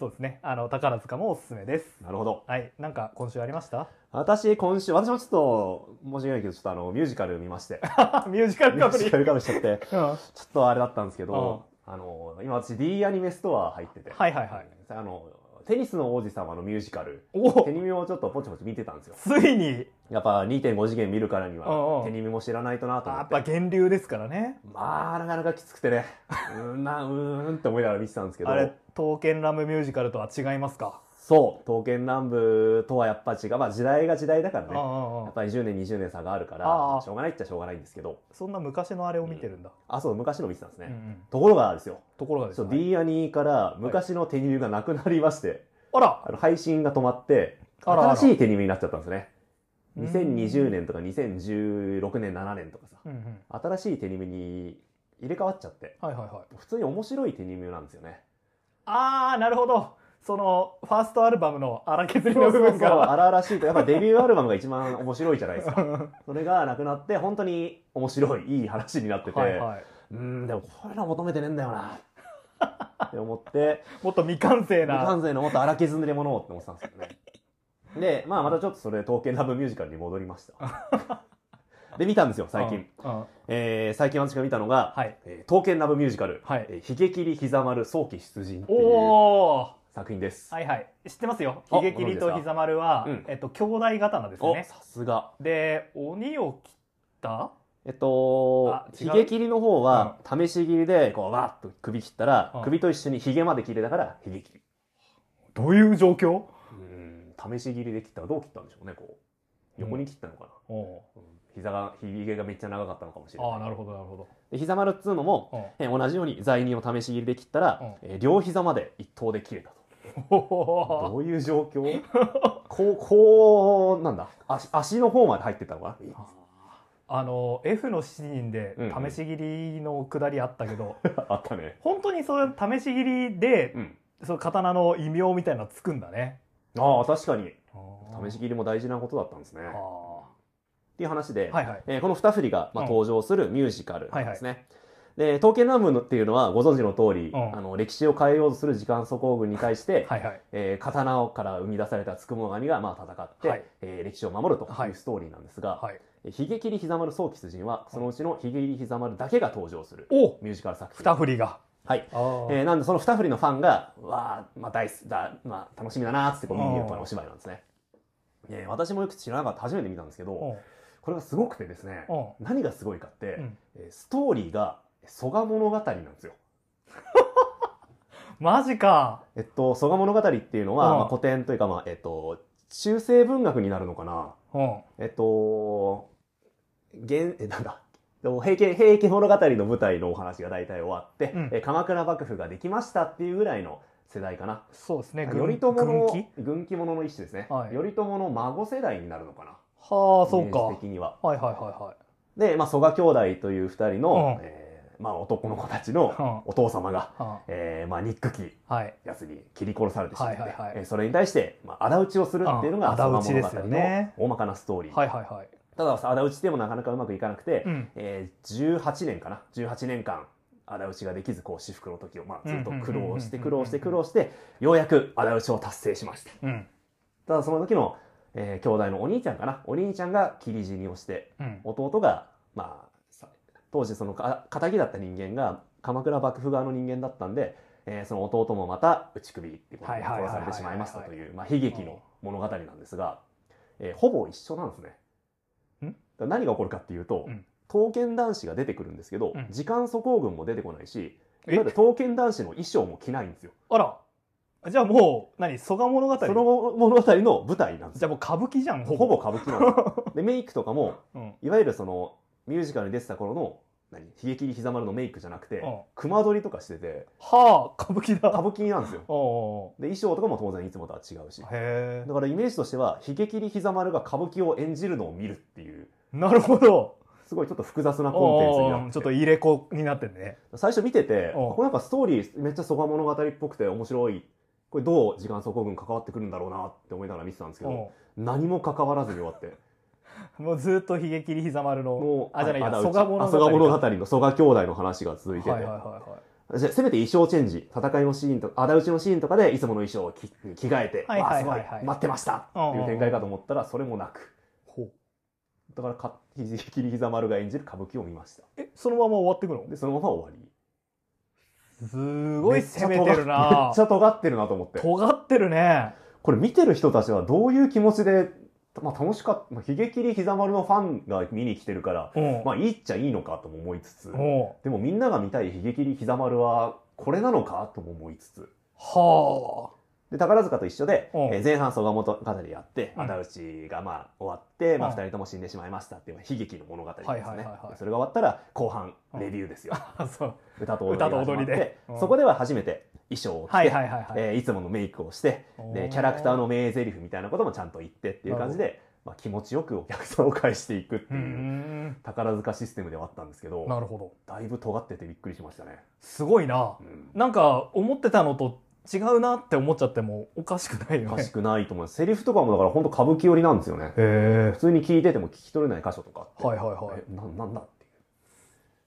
[SPEAKER 2] そうですね。あの宝塚もおすすめです。
[SPEAKER 1] なるほど。
[SPEAKER 2] はい。なんか今週ありました？
[SPEAKER 1] 私、今週、私もちょっと、申し訳ないけど、ちょっとあの、ミュージカル見ま して。
[SPEAKER 2] ミュージカル
[SPEAKER 1] ミ
[SPEAKER 2] か
[SPEAKER 1] ュ
[SPEAKER 2] ぶ
[SPEAKER 1] ー
[SPEAKER 2] り。
[SPEAKER 1] ジ
[SPEAKER 2] う
[SPEAKER 1] カルかもしちゃって、
[SPEAKER 2] ん。は
[SPEAKER 1] ちょっとあれだったんですけど、あの、今私 D アニメストア入ってて。
[SPEAKER 2] いはいはい。
[SPEAKER 1] あの、テニスの王子様のミュージカル。
[SPEAKER 2] お
[SPEAKER 1] テ
[SPEAKER 2] お。
[SPEAKER 1] ニミをちょっとポチポチ見てたんですよ。
[SPEAKER 2] ついに
[SPEAKER 1] やっぱ2.5次元見るからに
[SPEAKER 2] うんうん
[SPEAKER 1] は、手に身も知らないとなと思
[SPEAKER 2] や
[SPEAKER 1] っ。
[SPEAKER 2] ってぱ源流ですからね。
[SPEAKER 1] まあ、なかなかきつくてね。 うーんな、うーんって思いながら見てたんですけど
[SPEAKER 2] あ。れ刀剣乱舞ミュージカルとは違いますか？
[SPEAKER 1] そう、刀剣乱舞とはやっぱ違う。まあ時代が時代だから
[SPEAKER 2] うんう
[SPEAKER 1] ね。
[SPEAKER 2] んう
[SPEAKER 1] や
[SPEAKER 2] ん
[SPEAKER 1] っ。ぱり10年、20年差があるから
[SPEAKER 2] ああ、
[SPEAKER 1] しょうがないっちゃしょうがないんですけど。
[SPEAKER 2] そんな昔のあれを見てるんだ。
[SPEAKER 1] あ、そう、昔の見てたんです
[SPEAKER 2] うんう
[SPEAKER 1] ね。
[SPEAKER 2] ん。
[SPEAKER 1] ところがですよ。
[SPEAKER 2] ところがです
[SPEAKER 1] そう、
[SPEAKER 2] ね。
[SPEAKER 1] D アニから昔の手に身がなくなりまして、
[SPEAKER 2] あら。
[SPEAKER 1] あの配信が止まって、
[SPEAKER 2] あらあら
[SPEAKER 1] 新しい手に身になっちゃったんですね。
[SPEAKER 2] うん
[SPEAKER 1] 2020年とか2016年、7年とかさ。
[SPEAKER 2] うんうん。
[SPEAKER 1] 新しい手に身に入れ替わっちゃって。
[SPEAKER 2] はいはいはい。
[SPEAKER 1] 普通に面白いテニムなんですよね。
[SPEAKER 2] ああなるほど。そのファーストアルバムの荒削りの部
[SPEAKER 1] そう
[SPEAKER 2] 分
[SPEAKER 1] そう
[SPEAKER 2] が。
[SPEAKER 1] 荒々しいと、やっぱデビューアルバムが一番面白いじゃない ですか。
[SPEAKER 2] は
[SPEAKER 1] それがなくなって、本当に面白い、いい話になってて、
[SPEAKER 2] いはい。
[SPEAKER 1] うーん、でもこれら求めてねえんだよ な。って思って、
[SPEAKER 2] もっと未完成
[SPEAKER 1] 無
[SPEAKER 2] な。
[SPEAKER 1] 関税のもっと荒削りものをって思ってたんですよね。で、まあまたちょっとそれ、刀剣ラブミュージカルに戻りました。 で、見たんですよ、最近。
[SPEAKER 2] うん。うん
[SPEAKER 1] えー、最近私が見たのが、
[SPEAKER 2] はい。
[SPEAKER 1] えー刀剣ラブミュージカル、
[SPEAKER 2] はい
[SPEAKER 1] えー悲劇り膝丸早期出陣っていう
[SPEAKER 2] おお。
[SPEAKER 1] 作品です。
[SPEAKER 2] はいはい。知ってますよ。
[SPEAKER 1] あ
[SPEAKER 2] ひげきりとひざ丸は、
[SPEAKER 1] ご存知ですか
[SPEAKER 2] えっと、兄弟刀ですよ
[SPEAKER 1] お、
[SPEAKER 2] ね。
[SPEAKER 1] さすが。
[SPEAKER 2] で、鬼を切った
[SPEAKER 1] えっと
[SPEAKER 2] あ、違う
[SPEAKER 1] ひげ切りの方は、試し切りで、こう、わーっと首切ったら、
[SPEAKER 2] うん
[SPEAKER 1] 首と一緒にひげまで切れたから、ひげ切り。
[SPEAKER 2] どういう状況
[SPEAKER 1] うーん、試し切りで切ったらどう切ったんでしょうね、こう。横に切ったのかな。
[SPEAKER 2] おう
[SPEAKER 1] うん膝が、ひげがめっちゃ長かったのかもしれない。
[SPEAKER 2] ああなるほどなるほど
[SPEAKER 1] で膝丸っつうのも、えー同じように罪人を試し切りで切ったら、えー両膝まで一刀で切れたと。
[SPEAKER 2] おう
[SPEAKER 1] どういう状 況こう、こう、なんだ足、足の方まで入ってったのかな
[SPEAKER 2] あの F のシーンで
[SPEAKER 1] うんうん
[SPEAKER 2] 試し切りのくだりあったけど、
[SPEAKER 1] あったね。
[SPEAKER 2] 本当にそういう試し切りで、
[SPEAKER 1] うん。
[SPEAKER 2] その刀の異名みたいなのつくんだね
[SPEAKER 1] ああ、確かに。試し
[SPEAKER 2] り
[SPEAKER 1] 切りも大事なことだったんですね。
[SPEAKER 2] あ
[SPEAKER 1] っ
[SPEAKER 2] あ
[SPEAKER 1] ていう話で、
[SPEAKER 2] はいはい
[SPEAKER 1] えーこの二振りが、まあ、
[SPEAKER 2] うん
[SPEAKER 1] 登場するミュージカルなんですね。で、刀剣乱舞のっていうのはご存知の通り、
[SPEAKER 2] うん
[SPEAKER 1] あの、歴史を変えようとする時間祖行軍に対して、
[SPEAKER 2] はいはい
[SPEAKER 1] えー刀から生み出されたつくもの神が、まあ、戦って、
[SPEAKER 2] はい
[SPEAKER 1] えー歴史を守ると
[SPEAKER 2] はい
[SPEAKER 1] いうストーリーなんですが、
[SPEAKER 2] はい
[SPEAKER 1] えー悲劇にひざまる早期出陣は、そのうちの悲劇にひざまるだけが登場する
[SPEAKER 2] お
[SPEAKER 1] ミュージカル作品。
[SPEAKER 2] 二振りが
[SPEAKER 1] はい。
[SPEAKER 2] あー
[SPEAKER 1] えーなんで、その二振りのファンが、わあ、まあ、大好きだ、まあ、楽しみだなーっつって、こう見に行くようなお芝居なんですね。えー私もよく知らなかった、初めて見たんですけ
[SPEAKER 2] うん
[SPEAKER 1] ど、これがすごくてですね、
[SPEAKER 2] うん
[SPEAKER 1] 何がすごいかって、
[SPEAKER 2] うん
[SPEAKER 1] えーストーリーが、蘇我物語なんですよ。
[SPEAKER 2] マジか
[SPEAKER 1] えっと、蘇我物語っていうのは、
[SPEAKER 2] うん
[SPEAKER 1] まあ、古典というか、まあ、えっと、中世文学になるのかな
[SPEAKER 2] うん
[SPEAKER 1] えっと、現、え、なんだ、でも平家、平家物語の舞台のお話が大体終わって、
[SPEAKER 2] うん
[SPEAKER 1] え鎌倉幕府ができましたっていうぐらいの世代かな。
[SPEAKER 2] そうですね
[SPEAKER 1] あ頼朝の
[SPEAKER 2] 軍記
[SPEAKER 1] 軍記者の一種ですね、
[SPEAKER 2] はい
[SPEAKER 1] 頼朝の孫世代になるのかな
[SPEAKER 2] はあそうか
[SPEAKER 1] イメージ的には
[SPEAKER 2] はいはいは
[SPEAKER 1] で、まあ、蘇我兄弟という二人の、
[SPEAKER 2] うん
[SPEAKER 1] えーまあ、男の子たち
[SPEAKER 2] いはい
[SPEAKER 1] の
[SPEAKER 2] は
[SPEAKER 1] お父様が、
[SPEAKER 2] あは
[SPEAKER 1] えーまあ、憎き
[SPEAKER 2] あはい
[SPEAKER 1] やつに切り殺されてしまって、
[SPEAKER 2] はいはいはい
[SPEAKER 1] えーそれに対して、まあ、仇討ちをするっていうの
[SPEAKER 2] う
[SPEAKER 1] が
[SPEAKER 2] ん
[SPEAKER 1] 蘇我
[SPEAKER 2] 仇討ちですよね
[SPEAKER 1] 大まかなストーリー、
[SPEAKER 2] はいはいはい
[SPEAKER 1] ただ仇討ちでもなかなかうまくいかなくて、
[SPEAKER 2] うん
[SPEAKER 1] えー18年かな18年間仇討ちができずこう至福の時を、まあ、ずっと苦労して
[SPEAKER 2] うん
[SPEAKER 1] 苦労して苦労してようやく仇討ちを達成しました
[SPEAKER 2] うん
[SPEAKER 1] ただその時の、えー兄弟のお兄ちゃんかなお兄ちゃんが切り死にをして
[SPEAKER 2] うん
[SPEAKER 1] 弟がまあさ当時そのか仇だった人間が鎌倉幕府側の人間だったんで、えーその弟もまた打ち首ってこと
[SPEAKER 2] は
[SPEAKER 1] で
[SPEAKER 2] いはいはいはい
[SPEAKER 1] 殺されてしまいましたというまあ悲劇の物語なんですが、えーほぼ一緒なんですね
[SPEAKER 2] ん。
[SPEAKER 1] だから何が起こるかっていうと、
[SPEAKER 2] うん
[SPEAKER 1] 刀剣男子が出てくるんですけど、
[SPEAKER 2] うん
[SPEAKER 1] 時間素行軍も出てこないし、いわ
[SPEAKER 2] え
[SPEAKER 1] ゆる刀剣男子の衣装も着ないんですよ。
[SPEAKER 2] あらじゃあもう何蘇我物語
[SPEAKER 1] その物語の舞台なんです
[SPEAKER 2] じゃあもう歌舞伎じゃん
[SPEAKER 1] よ。ほぼ歌舞伎なんで すよ。で、メイクとかも、
[SPEAKER 2] うん
[SPEAKER 1] いわゆるそのミュージカルに出てた頃の何「悲劇にひざまる」のメイクじゃなくて、
[SPEAKER 2] うん
[SPEAKER 1] 熊取りとかしてて
[SPEAKER 2] はあ歌舞伎だ。
[SPEAKER 1] 歌舞伎なんですよ
[SPEAKER 2] お
[SPEAKER 1] で衣装とかも当然いつもとは違うし
[SPEAKER 2] うおうへ
[SPEAKER 1] だからイメージとしては「悲劇にひざまる」が歌舞伎を演じるのを見るっていう
[SPEAKER 2] えなるほど
[SPEAKER 1] すごいちょっと複雑なコンテンツにな
[SPEAKER 2] おうお
[SPEAKER 1] っ
[SPEAKER 2] う
[SPEAKER 1] て
[SPEAKER 2] ちょっと入れ子になってんね
[SPEAKER 1] 最初見てて
[SPEAKER 2] おう
[SPEAKER 1] これなんかストーリーめっちゃ蘇我物語っぽくて面白いこれどう時間総合軍関わってくるんだろうなって思いながら見てたんですけど
[SPEAKER 2] お
[SPEAKER 1] 何も関わらずに終わって
[SPEAKER 2] うもうずっと悲劇にひざまるの
[SPEAKER 1] もう
[SPEAKER 2] あじゃないや
[SPEAKER 1] あ
[SPEAKER 2] 蘇我
[SPEAKER 1] あ
[SPEAKER 2] 物
[SPEAKER 1] 蘇我
[SPEAKER 2] 語
[SPEAKER 1] 物
[SPEAKER 2] か
[SPEAKER 1] 語の蘇我兄弟の話が続いてて、
[SPEAKER 2] はいはいはいはい
[SPEAKER 1] じゃあせめて衣装チェンジ、戦いのシーンとか、仇討ちのシーンとかで、いつもの衣装を着着替えて、
[SPEAKER 2] はいはいはいはい
[SPEAKER 1] わあすごい待ってましたっていう展開かと思ったら、それもなく。
[SPEAKER 2] ほう
[SPEAKER 1] だからか、ひじきりひざ丸が演じる歌舞伎を見ました。
[SPEAKER 2] えそのまま終わってくの
[SPEAKER 1] で、そのまま終わり。
[SPEAKER 2] す
[SPEAKER 1] す
[SPEAKER 2] ごい攻めてる
[SPEAKER 1] めっ
[SPEAKER 2] な
[SPEAKER 1] ちゃ尖ってるなと思って。
[SPEAKER 2] 尖ってるね
[SPEAKER 1] これ見てる人たちはどういう気持ちで、まあ楽しかった、まあ、ひげきりひざ丸のファンが見に来てるから、
[SPEAKER 2] うん
[SPEAKER 1] まあいいっちゃいいのかとも思いつつ、
[SPEAKER 2] おう
[SPEAKER 1] でもみんなが見たいひげきりひざ丸は、これなのかとも思いつつ。
[SPEAKER 2] は
[SPEAKER 1] で、宝塚と一緒で、
[SPEAKER 2] うん
[SPEAKER 1] えー前半蘇我物語やって、
[SPEAKER 2] うん
[SPEAKER 1] 仇討ちがまあ終わって、まあ
[SPEAKER 2] うん
[SPEAKER 1] 二人とも死んでしまいましたっていうまあ悲劇の物語ですね。
[SPEAKER 2] はいはいはいはい
[SPEAKER 1] でそれが終わったら、後半
[SPEAKER 2] う、ん
[SPEAKER 1] レビューですよ。
[SPEAKER 2] あそう
[SPEAKER 1] 歌と踊りが始ま
[SPEAKER 2] 歌
[SPEAKER 1] って
[SPEAKER 2] と踊りでうん
[SPEAKER 1] そこでは初めて衣装を着 て、
[SPEAKER 2] はいはいはいはい、
[SPEAKER 1] えーいつものメイクをして、で、キャラクターの名台詞みたいなこともちゃんと言ってっていう感じで、まあ気持ちよくお客さんを返していくって
[SPEAKER 2] う
[SPEAKER 1] いう、
[SPEAKER 2] ん
[SPEAKER 1] 宝塚システムではあったんですけど、
[SPEAKER 2] なるほど
[SPEAKER 1] だいぶ尖っててびっくりしましたね。
[SPEAKER 2] すごいな
[SPEAKER 1] うん
[SPEAKER 2] なんか思ってたのと違うなって思っちゃってもおかしくないよ
[SPEAKER 1] おかし
[SPEAKER 2] ね
[SPEAKER 1] くないと思います。セリフとかもだから本当歌舞伎寄りなんですよね。
[SPEAKER 2] へえ
[SPEAKER 1] 普通に聞いてても聞き取れない箇所とかあって
[SPEAKER 2] はいはいはい
[SPEAKER 1] えななんだっていう。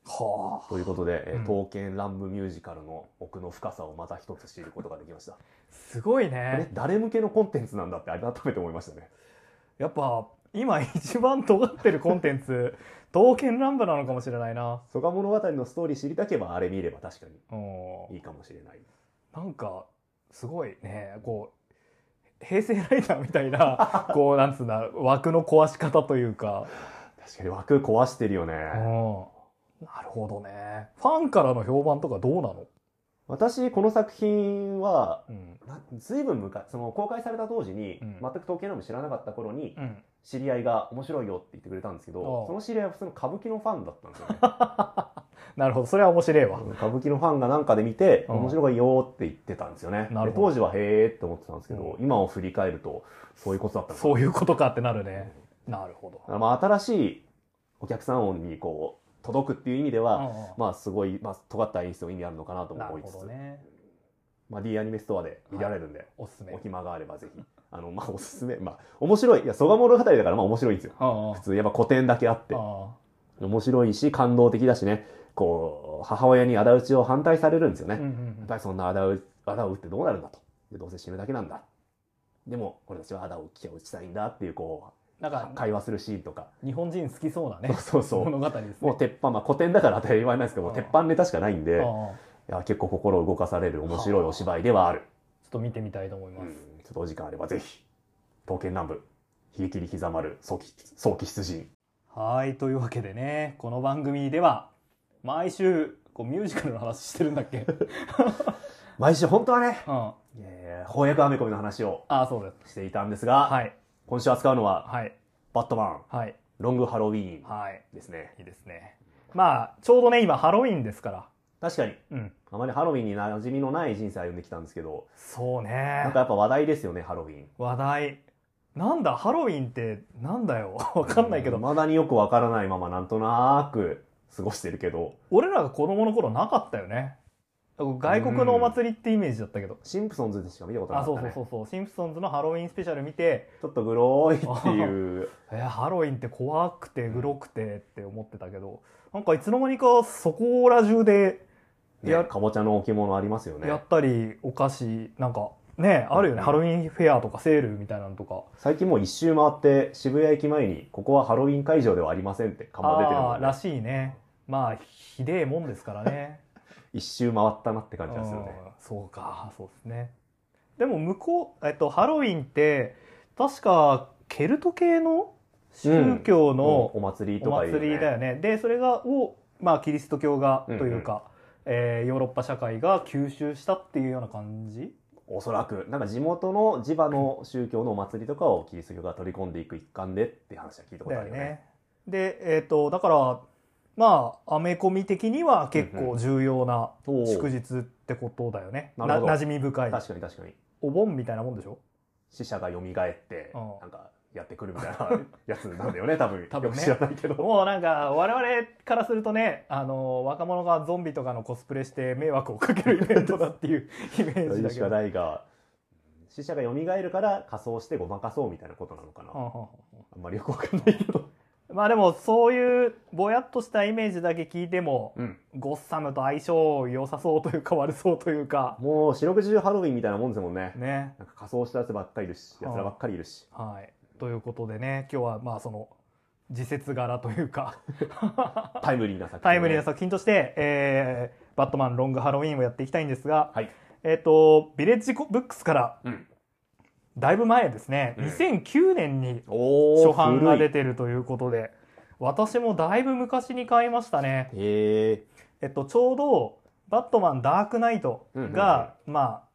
[SPEAKER 2] はあ
[SPEAKER 1] ということで、えー
[SPEAKER 2] うん
[SPEAKER 1] 刀剣乱舞ミュージカルの奥の深さをまた一つ知ることができました。
[SPEAKER 2] すごい
[SPEAKER 1] これ
[SPEAKER 2] ね
[SPEAKER 1] 誰向けのコンテンツなんだって改めて思いましたね。
[SPEAKER 2] やっぱ今一番尖ってるコンテンツ 刀剣乱舞なのかもしれないな
[SPEAKER 1] 蘇我物語のストーリー知りたけばあれ見れば確かに
[SPEAKER 2] うん
[SPEAKER 1] いいかもしれない。
[SPEAKER 2] なんかすごいねこう平成ライダーみたいなこうなんつうんだ枠の壊し方というか
[SPEAKER 1] 確かに枠壊してるよね。
[SPEAKER 2] うんなるほどねファンからの評判とかどうなの
[SPEAKER 1] 私この作品は
[SPEAKER 2] うん
[SPEAKER 1] な随分昔その公開された当時に、
[SPEAKER 2] うん
[SPEAKER 1] 全く東京のも知らなかった頃に
[SPEAKER 2] うん
[SPEAKER 1] 知り合いが面白いよって言ってくれたんですけ
[SPEAKER 2] お
[SPEAKER 1] ど
[SPEAKER 2] う
[SPEAKER 1] その知り合いは普通の歌舞伎のファンだったんですよね
[SPEAKER 2] なるほどそれは面白いわ
[SPEAKER 1] 歌舞伎のファンがなんかで見て
[SPEAKER 2] うん
[SPEAKER 1] 面白いよって言ってたんですよね
[SPEAKER 2] なる
[SPEAKER 1] で
[SPEAKER 2] ほど
[SPEAKER 1] 当時はへえって思ってたんですけど今を振り返るとそういうことだったのかな
[SPEAKER 2] そういうことかってなるねなるほど
[SPEAKER 1] あのまあ、新しいお客さんにこう届くっていう意味では、
[SPEAKER 2] う
[SPEAKER 1] まあすごい、まあ、尖った演出の意味あるのかなと
[SPEAKER 2] んな
[SPEAKER 1] も
[SPEAKER 2] る
[SPEAKER 1] 思いつ
[SPEAKER 2] ほ
[SPEAKER 1] つ、
[SPEAKER 2] どね
[SPEAKER 1] まあ、D アニメストアで見られるんで、
[SPEAKER 2] おすすめ
[SPEAKER 1] お暇があればぜひあの、まあ、おすすめまあ面白いいや蘇我物語だからまあ面白いんですよ
[SPEAKER 2] あ
[SPEAKER 1] 普通やっぱ古典だけあって
[SPEAKER 2] あ
[SPEAKER 1] 面白いし感動的だしねこう母親に仇討ちを反対されるんですよね、
[SPEAKER 2] うんう
[SPEAKER 1] や
[SPEAKER 2] ん
[SPEAKER 1] っぱりそんな仇討仇を打ってどうなるんだとでどうせ死ぬだけなんだでも俺たちは仇を打ちたいんだっていうこ
[SPEAKER 2] な
[SPEAKER 1] うん
[SPEAKER 2] か
[SPEAKER 1] 会話するシーンとか、
[SPEAKER 2] 日本人好きそうなね
[SPEAKER 1] そうそうそう
[SPEAKER 2] 物語です
[SPEAKER 1] もう
[SPEAKER 2] ね
[SPEAKER 1] 鉄板、まあ古典だから当たり前なんですけど、もう
[SPEAKER 2] ああ
[SPEAKER 1] 鉄板ネタしかないんで、い
[SPEAKER 2] ああ
[SPEAKER 1] や結構心を動かされる面白いお芝居ではあ
[SPEAKER 2] ち
[SPEAKER 1] る。
[SPEAKER 2] ょっと見てみたいと思いま
[SPEAKER 1] う
[SPEAKER 2] す
[SPEAKER 1] ん、ちょっとお時間あればぜひ、刀剣乱舞、冷え切り刻まる早期、早期出陣。
[SPEAKER 2] はいというわけでねこの番組では毎週こうミュージカルの話してるんだっ け、うん、
[SPEAKER 1] 毎週本当はね、
[SPEAKER 2] あ
[SPEAKER 1] えー、翻訳アメコミの話を
[SPEAKER 2] あそうです
[SPEAKER 1] していたんですが、
[SPEAKER 2] はい
[SPEAKER 1] 今週扱うのは、
[SPEAKER 2] はい
[SPEAKER 1] バットマン、
[SPEAKER 2] はい
[SPEAKER 1] ロングハロウィーン
[SPEAKER 2] はい
[SPEAKER 1] ですね。
[SPEAKER 2] いいですねまあちょうどね今ハロウィンですから
[SPEAKER 1] 確かに、
[SPEAKER 2] うん
[SPEAKER 1] あまりハロウィーンに馴染みのない人生歩んできたんですけど、
[SPEAKER 2] そうね
[SPEAKER 1] なんかやっぱ話題ですよね、ハロウィーン。
[SPEAKER 2] 話題なんだハロウィンってなんだよ わかんないけど、
[SPEAKER 1] まだによくわからないまま、なんとなく過ごしてるけど、
[SPEAKER 2] 俺らが子供の頃なかったよね外国のお祭りってイメージだったけど、
[SPEAKER 1] シンプソンズでしか見たことな
[SPEAKER 2] あ
[SPEAKER 1] か
[SPEAKER 2] そ
[SPEAKER 1] っ
[SPEAKER 2] う
[SPEAKER 1] た
[SPEAKER 2] そう
[SPEAKER 1] ね
[SPEAKER 2] そうそうシンプソンズのハロウィンスペシャル見て
[SPEAKER 1] ちょっとグローいっていう
[SPEAKER 2] えーハロウィンって怖くてグロくてって思ってたけどなんかいつの間にかそこら中で
[SPEAKER 1] ね、
[SPEAKER 2] や
[SPEAKER 1] かぼちゃの置物ありますよね
[SPEAKER 2] やったりお菓子なんかねあるよね、
[SPEAKER 1] うん
[SPEAKER 2] ハロウィンフェアとかセールみたいなのとか
[SPEAKER 1] 最近もう一周回って渋谷駅前にここはハロウィン会場ではありませんって看板出てる
[SPEAKER 2] あ
[SPEAKER 1] も
[SPEAKER 2] あ
[SPEAKER 1] ん
[SPEAKER 2] ーら
[SPEAKER 1] ね
[SPEAKER 2] しいねまあひでえもんですからね
[SPEAKER 1] 一周回ったなって感じがするね
[SPEAKER 2] うんそうかそうですねでも向こう、えっと、ハロウィンって確かケルト系の宗教の
[SPEAKER 1] お祭り
[SPEAKER 2] お
[SPEAKER 1] とかいう、ね、
[SPEAKER 2] 祭りだよねでそれがを、まあ、キリスト教がというか、えーヨーロッパ社会が吸収したっていうような感じ
[SPEAKER 1] おそらくなんか地元の地場の宗教のお祭りとかをキリスト教が取り込んでいく一環でって話は聞いたこと
[SPEAKER 2] だ
[SPEAKER 1] あ
[SPEAKER 2] よ
[SPEAKER 1] る
[SPEAKER 2] ね
[SPEAKER 1] よね
[SPEAKER 2] でえっ、とだからまあアメコミ的には結構重要な
[SPEAKER 1] おう
[SPEAKER 2] 祝日ってことだよね、
[SPEAKER 1] なる
[SPEAKER 2] な
[SPEAKER 1] ほど
[SPEAKER 2] 馴染み深い
[SPEAKER 1] 確かに確かに
[SPEAKER 2] お盆みたいなもんでしょ
[SPEAKER 1] 死者が蘇っ
[SPEAKER 2] う
[SPEAKER 1] て
[SPEAKER 2] ん
[SPEAKER 1] なんかやってくるみたいな やつなんだよね多分
[SPEAKER 2] 多分ね
[SPEAKER 1] よく知らない けど
[SPEAKER 2] もうなんか我々からするとねあの若者がゾンビとかのコスプレして迷惑をかけるイベントだっていう イメージだ
[SPEAKER 1] し
[SPEAKER 2] け
[SPEAKER 1] か
[SPEAKER 2] ど。
[SPEAKER 1] ないが死者が蘇るから仮装してごまかそうみたいなことなのかな、
[SPEAKER 2] うんうん
[SPEAKER 1] あんまりよくわかんないけど、
[SPEAKER 2] うんまあでもそういうぼやっとしたイメージだけ聞いても
[SPEAKER 1] うん、
[SPEAKER 2] ゴッサムと相性良さそうというか悪そうというか
[SPEAKER 1] もう四六時中ハロウィンみたいなもんですもんね
[SPEAKER 2] ね
[SPEAKER 1] なんか仮装したやつばっかりいるし
[SPEAKER 2] うん
[SPEAKER 1] やつらばっかりいるし
[SPEAKER 2] はいということでね今日はまあその自説柄というか
[SPEAKER 1] タイムリーな作品
[SPEAKER 2] タイムリーな
[SPEAKER 1] 作
[SPEAKER 2] 作品として、えーバットマンロングハロウィンをやっていきたいんですが、
[SPEAKER 1] はい
[SPEAKER 2] えっ、と、ビレッジブックスから、
[SPEAKER 1] うん
[SPEAKER 2] だいぶ前ですね、
[SPEAKER 1] うん
[SPEAKER 2] 2009年に
[SPEAKER 1] 品お
[SPEAKER 2] 初版が出
[SPEAKER 1] て
[SPEAKER 2] てるということで、私もだいぶ昔に買いましたね。
[SPEAKER 1] へえ
[SPEAKER 2] えっと、ちょうど、バットマンダークナイトが、まあ、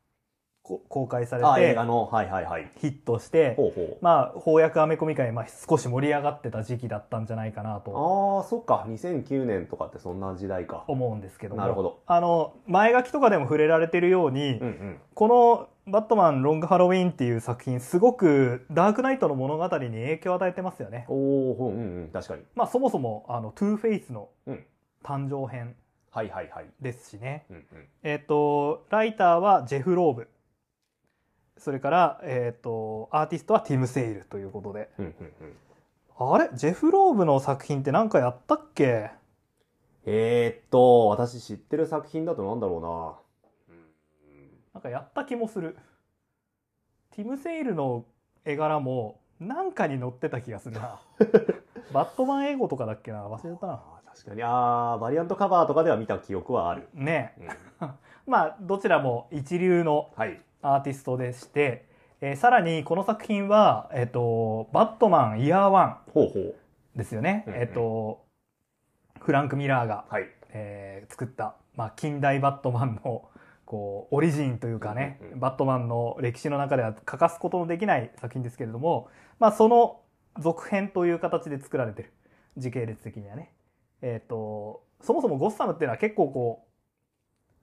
[SPEAKER 2] こ公開され
[SPEAKER 1] あ映
[SPEAKER 2] て
[SPEAKER 1] 画、のはいはいはい
[SPEAKER 2] ヒットして、
[SPEAKER 1] ほうほう
[SPEAKER 2] まあ、翻訳アメコミ界、まあ、少し盛り上がってた時期だったんじゃないかなと
[SPEAKER 1] ああそっか2009年とかってそんな時代か
[SPEAKER 2] 思うんですけども
[SPEAKER 1] なるほど
[SPEAKER 2] あの前書きとかでも触れられてるように、
[SPEAKER 1] うんうん
[SPEAKER 2] この「バットマンロングハロウィン」っていう作品すごくダークナイトの物語に影響を与えてますよね。
[SPEAKER 1] おおうんうんうん確かに
[SPEAKER 2] まあ、そもそもあのトゥーフェイスの
[SPEAKER 1] うん
[SPEAKER 2] 誕生編
[SPEAKER 1] はいはいはい
[SPEAKER 2] ですしね、
[SPEAKER 1] うんうん
[SPEAKER 2] えっとライターはジェフ・ローブそれから、えっとアーティストはティム・セイルということで
[SPEAKER 1] うんうんうん
[SPEAKER 2] あれジェフ・ローブの作品って何かやったっけ
[SPEAKER 1] えー、っと私知ってる作品だとなんだろうな
[SPEAKER 2] なんかやった気もする。ティム・セイルの絵柄もなんかに載ってた気がする な。バットマン英語とかだっけな忘れちゃったな。
[SPEAKER 1] あー確かにああバリアントカバーとかでは見た記憶はある、
[SPEAKER 2] ね
[SPEAKER 1] うん
[SPEAKER 2] え。まあ、どちらも一流の
[SPEAKER 1] はい
[SPEAKER 2] アーティストでして、えーさらにこの作品は、えっ、と、バットマンイヤーワ
[SPEAKER 1] ほうほう
[SPEAKER 2] ンですよね。
[SPEAKER 1] うんうん
[SPEAKER 2] えっ、と、フランク・ミラーが、
[SPEAKER 1] はい
[SPEAKER 2] えー作った、まあ、近代バットマンのこうオリジンというかね、
[SPEAKER 1] うんうんうん
[SPEAKER 2] バットマンの歴史の中では欠かすことのできない作品ですけれども、まあ、その続編という形で作られてる時系列的にはね、えー、とそもそもゴッサムっていうのは結構こ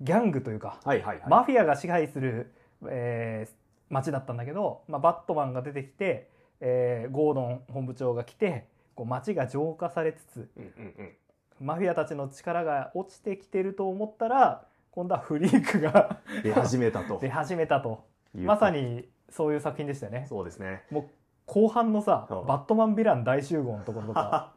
[SPEAKER 2] うギャングというか、
[SPEAKER 1] はいはいはい。
[SPEAKER 2] マフィアが支配する、えー街だったんだけど、まあ、バットマンが出てきて、えーゴードン本部長が来てこう街が浄化されつつ
[SPEAKER 1] うんうんうん。
[SPEAKER 2] マフィアたちの力が落ちてきてると思ったら今度はフリーク が
[SPEAKER 1] 出始めたと
[SPEAKER 2] 出始めたと
[SPEAKER 1] いう。
[SPEAKER 2] まさにそういう作品でしたよね
[SPEAKER 1] そうですね。
[SPEAKER 2] 後半のさ
[SPEAKER 1] そう
[SPEAKER 2] バットマンヴィラン大集合のところと か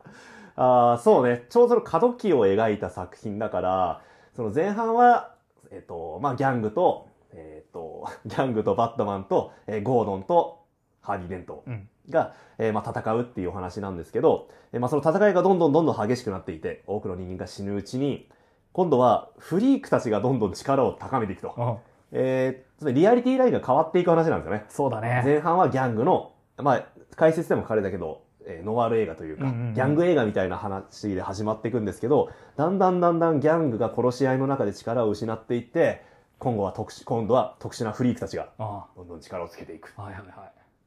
[SPEAKER 1] ああ、そうね。ちょうどその過渡期を描いた作品だから、その前半は、えっ、と、まあ、ギャングと、えっ、と、 ギャングとバットマンと、えーゴードンと、ハーディ・デント
[SPEAKER 2] うん
[SPEAKER 1] が、えーまあ、戦うっていうお話なんですけど、えーまあ、その戦いがどんどんどんどん激しくなっていて、多くの人間が死ぬうちに、今度はフリークたちがどんどん力を高めていくと。
[SPEAKER 2] うん
[SPEAKER 1] えー、つまりリアリティラインが変わっていく話なんですよね。
[SPEAKER 2] そうだね
[SPEAKER 1] 前半はギャングの、まあ、解説でも書かれたけど、えーノワール映画というか、
[SPEAKER 2] うんうんうん
[SPEAKER 1] ギャング映画みたいな話で始まっていくんですけど、だんだんだんだんギャングが殺し合いの中で力を失っていって、今後は特殊、今度は特殊なフリークたちが
[SPEAKER 2] あ
[SPEAKER 1] どんどん力をつけていく。
[SPEAKER 2] あはいはいはい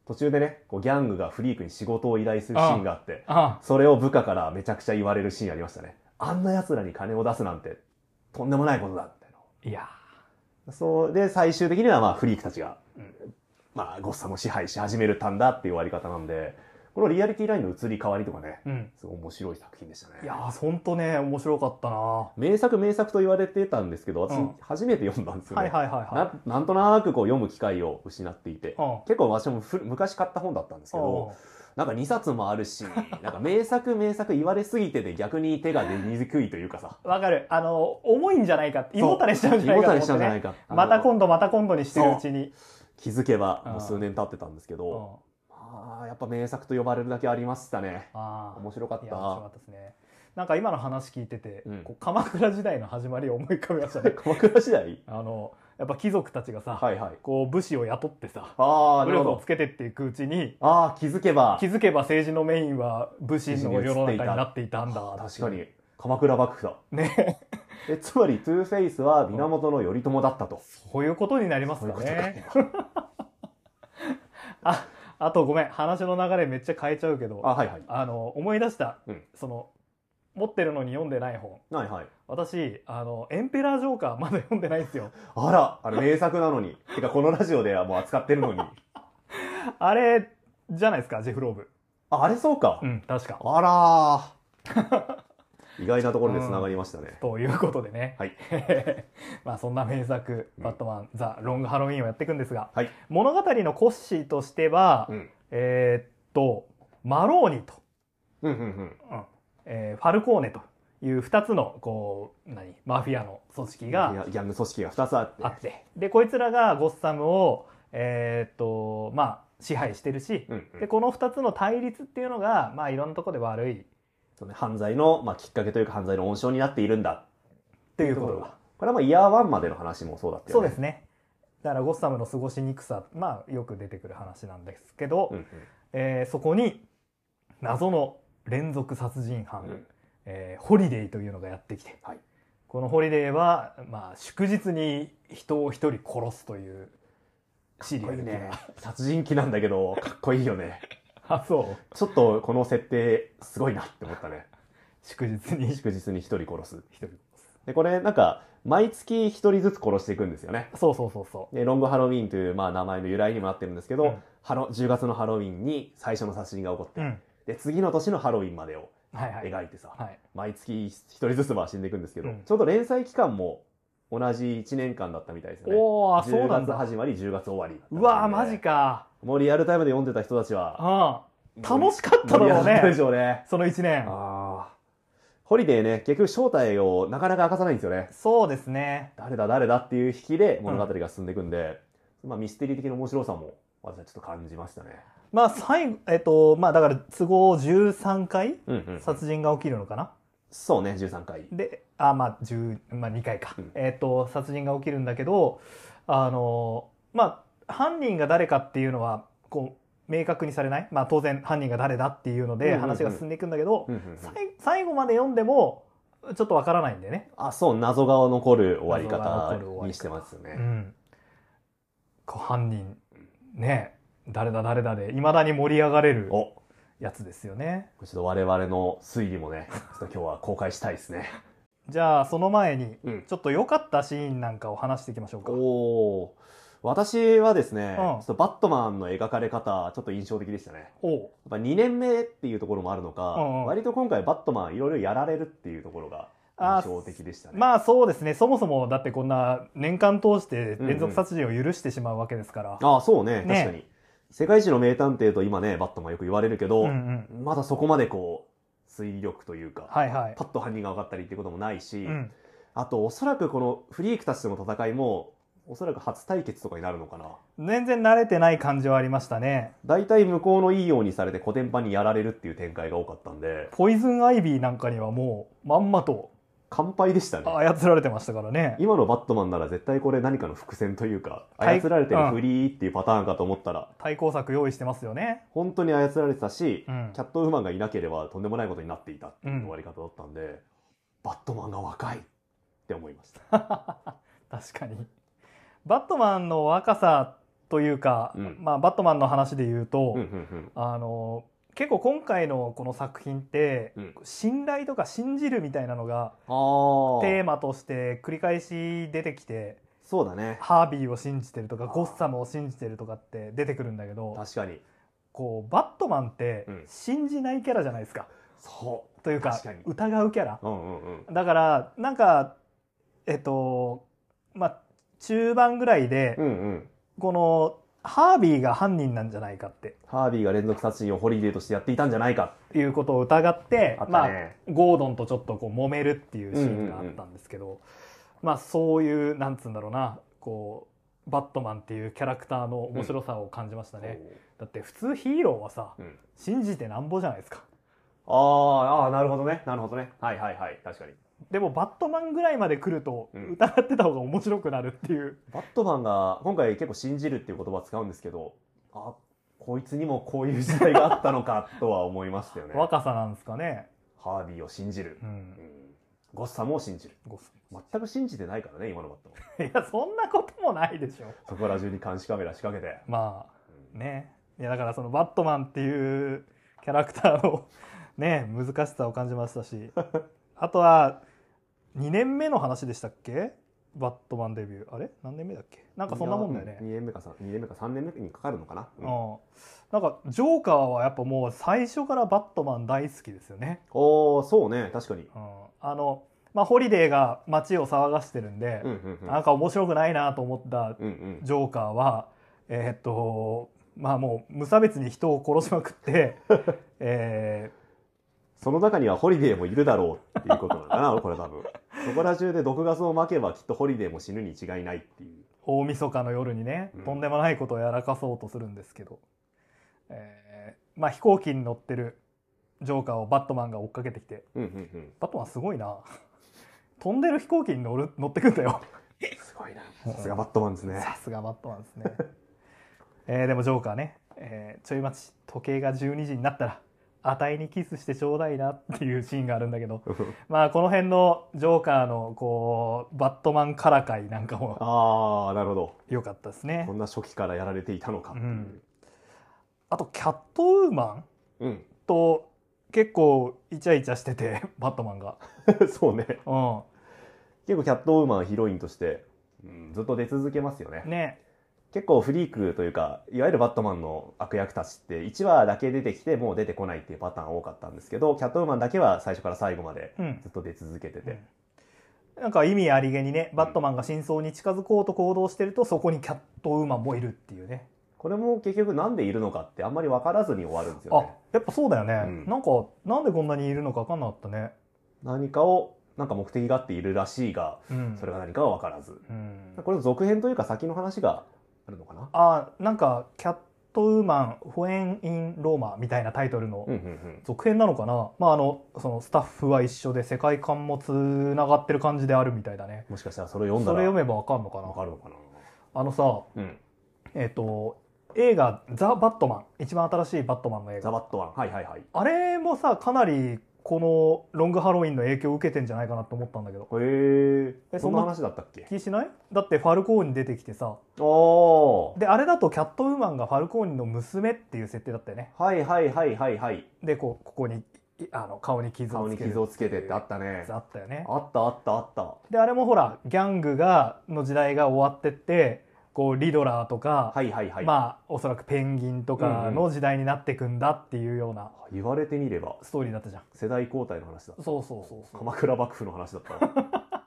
[SPEAKER 1] 途中でね、こうギャングがフリークに仕事を依頼するシーンがあって、
[SPEAKER 2] あ
[SPEAKER 1] それを部下からめちゃくちゃ言われるシーンありましたね。あんな奴らに金を出すなんて、とんでもないことだ、みたい
[SPEAKER 2] あいや
[SPEAKER 1] な。そう、で、最終的にはまあフリークたちが
[SPEAKER 2] うん
[SPEAKER 1] まあ、ゴッサムを支配し始めるたんだっていう終わり方なんで、このリアリティラインの移り変わりとかね、
[SPEAKER 2] うん
[SPEAKER 1] すごい面白い作品でしたね。
[SPEAKER 2] いやほんとね面白かったなは
[SPEAKER 1] 名作名作と言われてたんですけど、私、
[SPEAKER 2] うん
[SPEAKER 1] 初めて読んだんです
[SPEAKER 2] い
[SPEAKER 1] よね。
[SPEAKER 2] はいはいはい
[SPEAKER 1] ななんとなくこう読む機会を失っていて、
[SPEAKER 2] うん
[SPEAKER 1] 結構私もふ昔買った本だったんですけど、なんか2冊もあ るし、なんか名作名作言われすぎてて逆に手が出にくいというかさ、
[SPEAKER 2] わかるあの重いんじゃないかって
[SPEAKER 1] そう
[SPEAKER 2] 胃もたれしちゃうん
[SPEAKER 1] 胃
[SPEAKER 2] じゃない
[SPEAKER 1] も
[SPEAKER 2] か
[SPEAKER 1] た
[SPEAKER 2] と思っ
[SPEAKER 1] れし
[SPEAKER 2] たて、
[SPEAKER 1] んじゃな
[SPEAKER 2] ね、
[SPEAKER 1] いかって。あの
[SPEAKER 2] また今度また今度にしてるうちに
[SPEAKER 1] 気づけばもう数年経ってたんですけ
[SPEAKER 2] うん
[SPEAKER 1] ど、まあ、やっぱ名作と呼ばれるだけありましたね。
[SPEAKER 2] ああ
[SPEAKER 1] 面白かっ
[SPEAKER 2] いや
[SPEAKER 1] た。
[SPEAKER 2] 面白かったですねなんか今の話聞いてて、
[SPEAKER 1] うん
[SPEAKER 2] こう鎌倉時代の始まりを思い浮かべま したね
[SPEAKER 1] 鎌倉時代
[SPEAKER 2] あのやっぱ貴族たちがさ、
[SPEAKER 1] はいはい。
[SPEAKER 2] こう武士を雇ってさ
[SPEAKER 1] ああ、
[SPEAKER 2] 武
[SPEAKER 1] なるほ
[SPEAKER 2] 力を
[SPEAKER 1] ど
[SPEAKER 2] つ。けてっていくうちに
[SPEAKER 1] ああ、気づけば
[SPEAKER 2] 気。づけば政治のメインは武士の世の中になっていたんだ
[SPEAKER 1] 確かに。鎌倉幕府だ。
[SPEAKER 2] ね
[SPEAKER 1] え、つまり、トゥーフェイスは源頼朝だったと。
[SPEAKER 2] そういうことになります
[SPEAKER 1] そういう
[SPEAKER 2] か
[SPEAKER 1] ことか
[SPEAKER 2] ね。 ああとごめん話の流れめっちゃ変えちゃうけど
[SPEAKER 1] あ、はいはい。
[SPEAKER 2] あの思い出した、
[SPEAKER 1] うん
[SPEAKER 2] その持ってるのに読んでない本
[SPEAKER 1] はいはい。
[SPEAKER 2] 私あのエンペラージョーカーまだ読んでないんです よ
[SPEAKER 1] あら、あの、名作なのに。 てか、このラジオではもう扱ってるのに。
[SPEAKER 2] あれじゃないですかジェフローブ
[SPEAKER 1] あ、あれそうか
[SPEAKER 2] う。ん確か
[SPEAKER 1] あら ー。意外なところで繋がりましたね。
[SPEAKER 2] ということでね、
[SPEAKER 1] はい
[SPEAKER 2] まあそんな名作「
[SPEAKER 1] うん
[SPEAKER 2] バットマン・ザ・ロング・ハロウィン」をやっていくんですが、
[SPEAKER 1] はい
[SPEAKER 2] 物語の骨子としては、
[SPEAKER 1] うん。
[SPEAKER 2] えーっとマローニと、
[SPEAKER 1] うんうんうん。
[SPEAKER 2] えーファルコーネという2つのこう何マフィアの組織が
[SPEAKER 1] いやギャング組織が2つあって。
[SPEAKER 2] あってでこいつらがゴッサムをえーっとまあ支配してるし、
[SPEAKER 1] うんうん
[SPEAKER 2] でこの2つの対立っていうのがまあいろんなところで悪いっ
[SPEAKER 1] そうね犯罪の、まあ、きっかけというか犯罪の温床になっているんだ。
[SPEAKER 2] ていうところ
[SPEAKER 1] ところ
[SPEAKER 2] が
[SPEAKER 1] がこれはまあ、イヤーワンまでの話もそうだったよ
[SPEAKER 2] そう
[SPEAKER 1] ね。
[SPEAKER 2] ですねだからゴッサムの過ごしにくさまあよく出てくる話なんですけど、
[SPEAKER 1] うんうん。
[SPEAKER 2] えーそこに謎の連続殺人犯、
[SPEAKER 1] うん
[SPEAKER 2] えーホリデーというのがやってきて、
[SPEAKER 1] はい
[SPEAKER 2] このホリデーは、まあ、祝日に人を一人殺すというシリアル
[SPEAKER 1] かっこいい
[SPEAKER 2] 的
[SPEAKER 1] ね
[SPEAKER 2] な
[SPEAKER 1] 殺人鬼なんだけどかっこいいよね
[SPEAKER 2] あ そう
[SPEAKER 1] ちょっとこの設定すごいなって思ったね
[SPEAKER 2] 祝日に
[SPEAKER 1] 祝日に一人殺す
[SPEAKER 2] 一人殺す
[SPEAKER 1] でこれなんか毎月一人ずつ殺していくんですよね
[SPEAKER 2] そうそうそうそう
[SPEAKER 1] でロングハロウィーンという、まあ、名前の由来にもなってるんですけど、
[SPEAKER 2] うん
[SPEAKER 1] ハロ10月のハロウィーンに最初の殺人が起こって、
[SPEAKER 2] うん
[SPEAKER 1] で次の年のハロウィーンまでを
[SPEAKER 2] はいはい
[SPEAKER 1] 描いてさ、
[SPEAKER 2] はい
[SPEAKER 1] 毎月一人ずつまあ死んでいくんですけど、
[SPEAKER 2] うん
[SPEAKER 1] ちょうど連載期間も同じ1年間だったみたいですよね
[SPEAKER 2] おおそう
[SPEAKER 1] 10
[SPEAKER 2] なん
[SPEAKER 1] 月
[SPEAKER 2] だ
[SPEAKER 1] 始まり10月終わりだったみ
[SPEAKER 2] う
[SPEAKER 1] たい
[SPEAKER 2] わー
[SPEAKER 1] で
[SPEAKER 2] マジか
[SPEAKER 1] もうリアルタイムで読んでた人たちは
[SPEAKER 2] あ楽しかっただろう
[SPEAKER 1] 盛り上がったで
[SPEAKER 2] ね
[SPEAKER 1] しょうね。
[SPEAKER 2] その1年
[SPEAKER 1] ああ。ホリデーね、結局正体をなかなか明かさないんですよね。
[SPEAKER 2] そうですね
[SPEAKER 1] 誰だ誰だっていう引きで物語が進んでいくんで、まあミステリー的な面白さも私はちょっと感じましたね。
[SPEAKER 2] まあ最後えっとまあだから都合13回
[SPEAKER 1] うんうん
[SPEAKER 2] 殺人が起きるのかな、
[SPEAKER 1] そうね、13回。
[SPEAKER 2] であまあ10、まあ、2回か、
[SPEAKER 1] うん
[SPEAKER 2] えっと殺人が起きるんだけどあのまあ犯人が誰かっていうのはこう明確にされないまあ当然犯人が誰だっていうの
[SPEAKER 1] うんうん
[SPEAKER 2] で
[SPEAKER 1] うん
[SPEAKER 2] 話が進んでいくんだけど、
[SPEAKER 1] うんうんうん
[SPEAKER 2] さい最後まで読んでもちょっとわからないんでね、
[SPEAKER 1] あ、そう、謎が残る終わり
[SPEAKER 2] 謎が残る終わ
[SPEAKER 1] 方
[SPEAKER 2] り方
[SPEAKER 1] にしてます
[SPEAKER 2] う
[SPEAKER 1] ね。
[SPEAKER 2] ん、こう犯人ね誰だ誰だでいまだに盛り上がれる
[SPEAKER 1] お、
[SPEAKER 2] やつですよね
[SPEAKER 1] ちょっと我々の推理もね、ちょっと今日は公開したいですね。
[SPEAKER 2] じゃあその前に
[SPEAKER 1] うん。
[SPEAKER 2] ちょっと良かったシーンなんかを話していきましょうか
[SPEAKER 1] おおー私はですね、
[SPEAKER 2] ん
[SPEAKER 1] ちょっとバットマンの描かれ方、ちょっと印象的でしたね。
[SPEAKER 2] おう
[SPEAKER 1] やっぱ2年目っていうところもあるのか、
[SPEAKER 2] うんうん
[SPEAKER 1] 割と今回バットマンいろいろやられるっていうところが
[SPEAKER 2] あー
[SPEAKER 1] 印象的でしたね。
[SPEAKER 2] まあそうですねそもそもだってこんな年間通して連続殺人を許してしまうわけですから、
[SPEAKER 1] ああ、そうね、
[SPEAKER 2] ね
[SPEAKER 1] 確かに。世界一の名探偵と今ね、バットマンよく言われるけど、
[SPEAKER 2] うんうん
[SPEAKER 1] まだそこまでこう、推力というか、
[SPEAKER 2] はいはい、
[SPEAKER 1] パッと犯人が分かったりっていうこともないし、
[SPEAKER 2] うん、
[SPEAKER 1] あとおそらくこのフリークたちとの戦いも、おそらく初対決とかになるのかな。
[SPEAKER 2] 全然慣れてない感じはありましたね
[SPEAKER 1] 大体向こうのいいようにされてコテンパンにやられるっていう展開が多かったんで、
[SPEAKER 2] ポイズンアイビーなんかにはもうまんまと
[SPEAKER 1] 完敗でしたね。
[SPEAKER 2] 操られてましたからね
[SPEAKER 1] 今のバットマンなら絶対これ何かの伏線というか、操られてるフリーっていうパターンかと思ったら、
[SPEAKER 2] 対抗策用意してますよね
[SPEAKER 1] 本当に操られてたし、
[SPEAKER 2] うん
[SPEAKER 1] キャットウーマンがいなければとんでもないことになっていたっていう終わり方だったんで、バットマンが若いって思いました。
[SPEAKER 2] 確かにバットマンの若さというか、
[SPEAKER 1] うん
[SPEAKER 2] まあバットマンの話で言うと、
[SPEAKER 1] うんうん
[SPEAKER 2] あの結構今回のこの作品って、
[SPEAKER 1] うん
[SPEAKER 2] 信頼とか信じるみたいなのが
[SPEAKER 1] うん、
[SPEAKER 2] テ
[SPEAKER 1] あ
[SPEAKER 2] ー
[SPEAKER 1] あ、
[SPEAKER 2] マとして繰り返し出てきて
[SPEAKER 1] そうだね。
[SPEAKER 2] ハービーを信じてるとか
[SPEAKER 1] あー
[SPEAKER 2] ゴッサムを信じてるとかって出てくるんだけど
[SPEAKER 1] 確かに。
[SPEAKER 2] こうバットマンって
[SPEAKER 1] うん
[SPEAKER 2] 信じないキャラじゃないですか、
[SPEAKER 1] そ
[SPEAKER 2] というか
[SPEAKER 1] 確かに
[SPEAKER 2] 疑うキャラ
[SPEAKER 1] う。うんうんうん。
[SPEAKER 2] だからなんかえっとまあ中盤ぐらいで、
[SPEAKER 1] うんうん。
[SPEAKER 2] このハービーが犯人なんじゃないかって
[SPEAKER 1] ハービーが連続殺人をホリデーとしてやっていたんじゃないか。
[SPEAKER 2] いうことを疑って
[SPEAKER 1] あった
[SPEAKER 2] まあ
[SPEAKER 1] ね。
[SPEAKER 2] ゴードンとちょっとこう揉めるっていうシーンがあったんですけど、まあそういうなんつうんだろうなこうバットマンっていうキャラクターの面白さを感じましたね、だって普通ヒーローはさ
[SPEAKER 1] おーうん
[SPEAKER 2] 信じてなんぼじゃないですか
[SPEAKER 1] あーあー、なるほどね。なるほどね。はいはいはい。確かに。
[SPEAKER 2] でもバットマンぐらいまで来ると
[SPEAKER 1] うん
[SPEAKER 2] 疑ってた方が面白くなるっていう、
[SPEAKER 1] バットマンが今回結構信じるっていう言葉使うんですけど、あ、こいつにもこういう時代があったのかとは思いましたよね。ハ
[SPEAKER 2] 若さなんですかね、
[SPEAKER 1] ービーを信じる
[SPEAKER 2] う。、
[SPEAKER 1] うんん。ゴッサムを信じる。
[SPEAKER 2] ご
[SPEAKER 1] 全く信じてないからね、今のバット マン。
[SPEAKER 2] いやそんなこともないでしょ
[SPEAKER 1] そこら中に監視カメラ仕掛けて。
[SPEAKER 2] まあ
[SPEAKER 1] うん
[SPEAKER 2] ねいやだからそのバットマンっていうキャラクターの ね難しさを感じました しあとは2年目の話でしたっけバットマンデビューあれ何年目だっけなんかそんなもんだよ
[SPEAKER 1] う
[SPEAKER 2] ね
[SPEAKER 1] 2年目か3、二年目か3年目にかかるのかな。
[SPEAKER 2] う、
[SPEAKER 1] うんん
[SPEAKER 2] なんかジョーカーはやっぱもう最初からバットマン大好きですよね、
[SPEAKER 1] おー、そうね。確かに。
[SPEAKER 2] うん、あのまあホリデーが街を騒がしてるんで
[SPEAKER 1] う、んうんうん。
[SPEAKER 2] なんか面白くないなと思った
[SPEAKER 1] うんうん。
[SPEAKER 2] ジョーカーは、えーっと、まあもう無差別に人を殺しまく って、え
[SPEAKER 1] その中にはホリデーもいるだろうっていうことなのか な、これ多分。そこら中で毒ガスを撒けばきっとホリデーも死ぬに違いないっていう。
[SPEAKER 2] ー大晦日の夜にね
[SPEAKER 1] うん、
[SPEAKER 2] とんでもないことをやらかそうとするんですけど、えーまあ飛行機に乗ってるジョーカーをバットマンが追っかけてきて、
[SPEAKER 1] うんうんうん。
[SPEAKER 2] バットマンすごいな。飛んでる飛行機に乗る乗ってくんだよ。
[SPEAKER 1] すごいな。さすがバットマンですね。
[SPEAKER 2] さすがバットマンですね。 えーでもジョーカーね、えーちょい待ち、時計が12時になったら、あたいにキスしてちょうだいなっていうシーンがあるんだけど、まあこの辺のジョーカーのこうバットマンからかいなんかも
[SPEAKER 1] ああ、なるほど。
[SPEAKER 2] 良かったですね
[SPEAKER 1] こ。んな初期からやられていたのかっていう。
[SPEAKER 2] うんあとキャットウーマン
[SPEAKER 1] うん。
[SPEAKER 2] と結構イチャイチャしてて バットマンが。
[SPEAKER 1] そうね。
[SPEAKER 2] う
[SPEAKER 1] 結構キャットウーマンはヒロインとして、うんずっと出続けますよね
[SPEAKER 2] ん。。ね。
[SPEAKER 1] 結構フリークというか、いわゆるバットマンの悪役たちって1話だけ出てきてもう出てこないっていうパターン多かったんですけど、キャットウーマンだけは最初から最後まで
[SPEAKER 2] うん。
[SPEAKER 1] ずっと出続けてて。
[SPEAKER 2] なんか意味ありげにねバットマンが真相に近づこうと行動してるとそこにキャットウーマンもいるっていうね。
[SPEAKER 1] これも結局なんでいるのかってあんまり分からずに終わるんですよ
[SPEAKER 2] あ
[SPEAKER 1] ね。
[SPEAKER 2] やっぱそうだよね。
[SPEAKER 1] うん
[SPEAKER 2] なんかなんでこんなにいるのか分かんなかったね。
[SPEAKER 1] 何かを、なんか目的があっているらしいが、
[SPEAKER 2] うん。
[SPEAKER 1] それが何かは分からず。
[SPEAKER 2] うん。
[SPEAKER 1] これの続編というか先の話があるのかな
[SPEAKER 2] あなんかキャットウーマンホエンインローマみたいなタイトルの
[SPEAKER 1] うんうんうん。
[SPEAKER 2] 続編なのかな、まあ、あのそのスタッフは一緒で世界観もつながってる感じであるみたいだね
[SPEAKER 1] もしかしたらそれを
[SPEAKER 2] そ
[SPEAKER 1] 読んだ
[SPEAKER 2] れ読
[SPEAKER 1] ら
[SPEAKER 2] めばわかんのか
[SPEAKER 1] わ
[SPEAKER 2] な
[SPEAKER 1] かるのかな
[SPEAKER 2] あのさ
[SPEAKER 1] うん。
[SPEAKER 2] えっ、と映画「ザ・バットマン」一番新しいバットマンの映
[SPEAKER 1] ザ・
[SPEAKER 2] 画
[SPEAKER 1] バットマン。はいはいはい。
[SPEAKER 2] あれもさかなりこのロングハロウィンの影響を受けてんじゃないかなと思ったんだけど
[SPEAKER 1] へえ
[SPEAKER 2] え
[SPEAKER 1] そ
[SPEAKER 2] そ
[SPEAKER 1] ん
[SPEAKER 2] ん
[SPEAKER 1] な
[SPEAKER 2] な
[SPEAKER 1] 話だったっけ
[SPEAKER 2] 気しないだってファルコーニ出てきてさ
[SPEAKER 1] ああ
[SPEAKER 2] であれだとキャットウーマンがファルコーニの娘っていう設定だったよね
[SPEAKER 1] はいはいはいはいはい
[SPEAKER 2] でこうここにいあの顔に傷
[SPEAKER 1] 顔
[SPEAKER 2] を
[SPEAKER 1] に
[SPEAKER 2] つける
[SPEAKER 1] 傷をつけてってあったね
[SPEAKER 2] やつあったよね
[SPEAKER 1] あったあったあった
[SPEAKER 2] であれもほらギャングがの時代が終わってってこうリドラーとか、
[SPEAKER 1] はいはいはい、
[SPEAKER 2] まあおそらくペンギンとか
[SPEAKER 1] うん
[SPEAKER 2] の時代になってくんだっていうような
[SPEAKER 1] 言われてみれば
[SPEAKER 2] ストーリーだったじゃん、
[SPEAKER 1] 世代交代の話だった
[SPEAKER 2] そうそうそうそう
[SPEAKER 1] 鎌倉幕府の話だったわ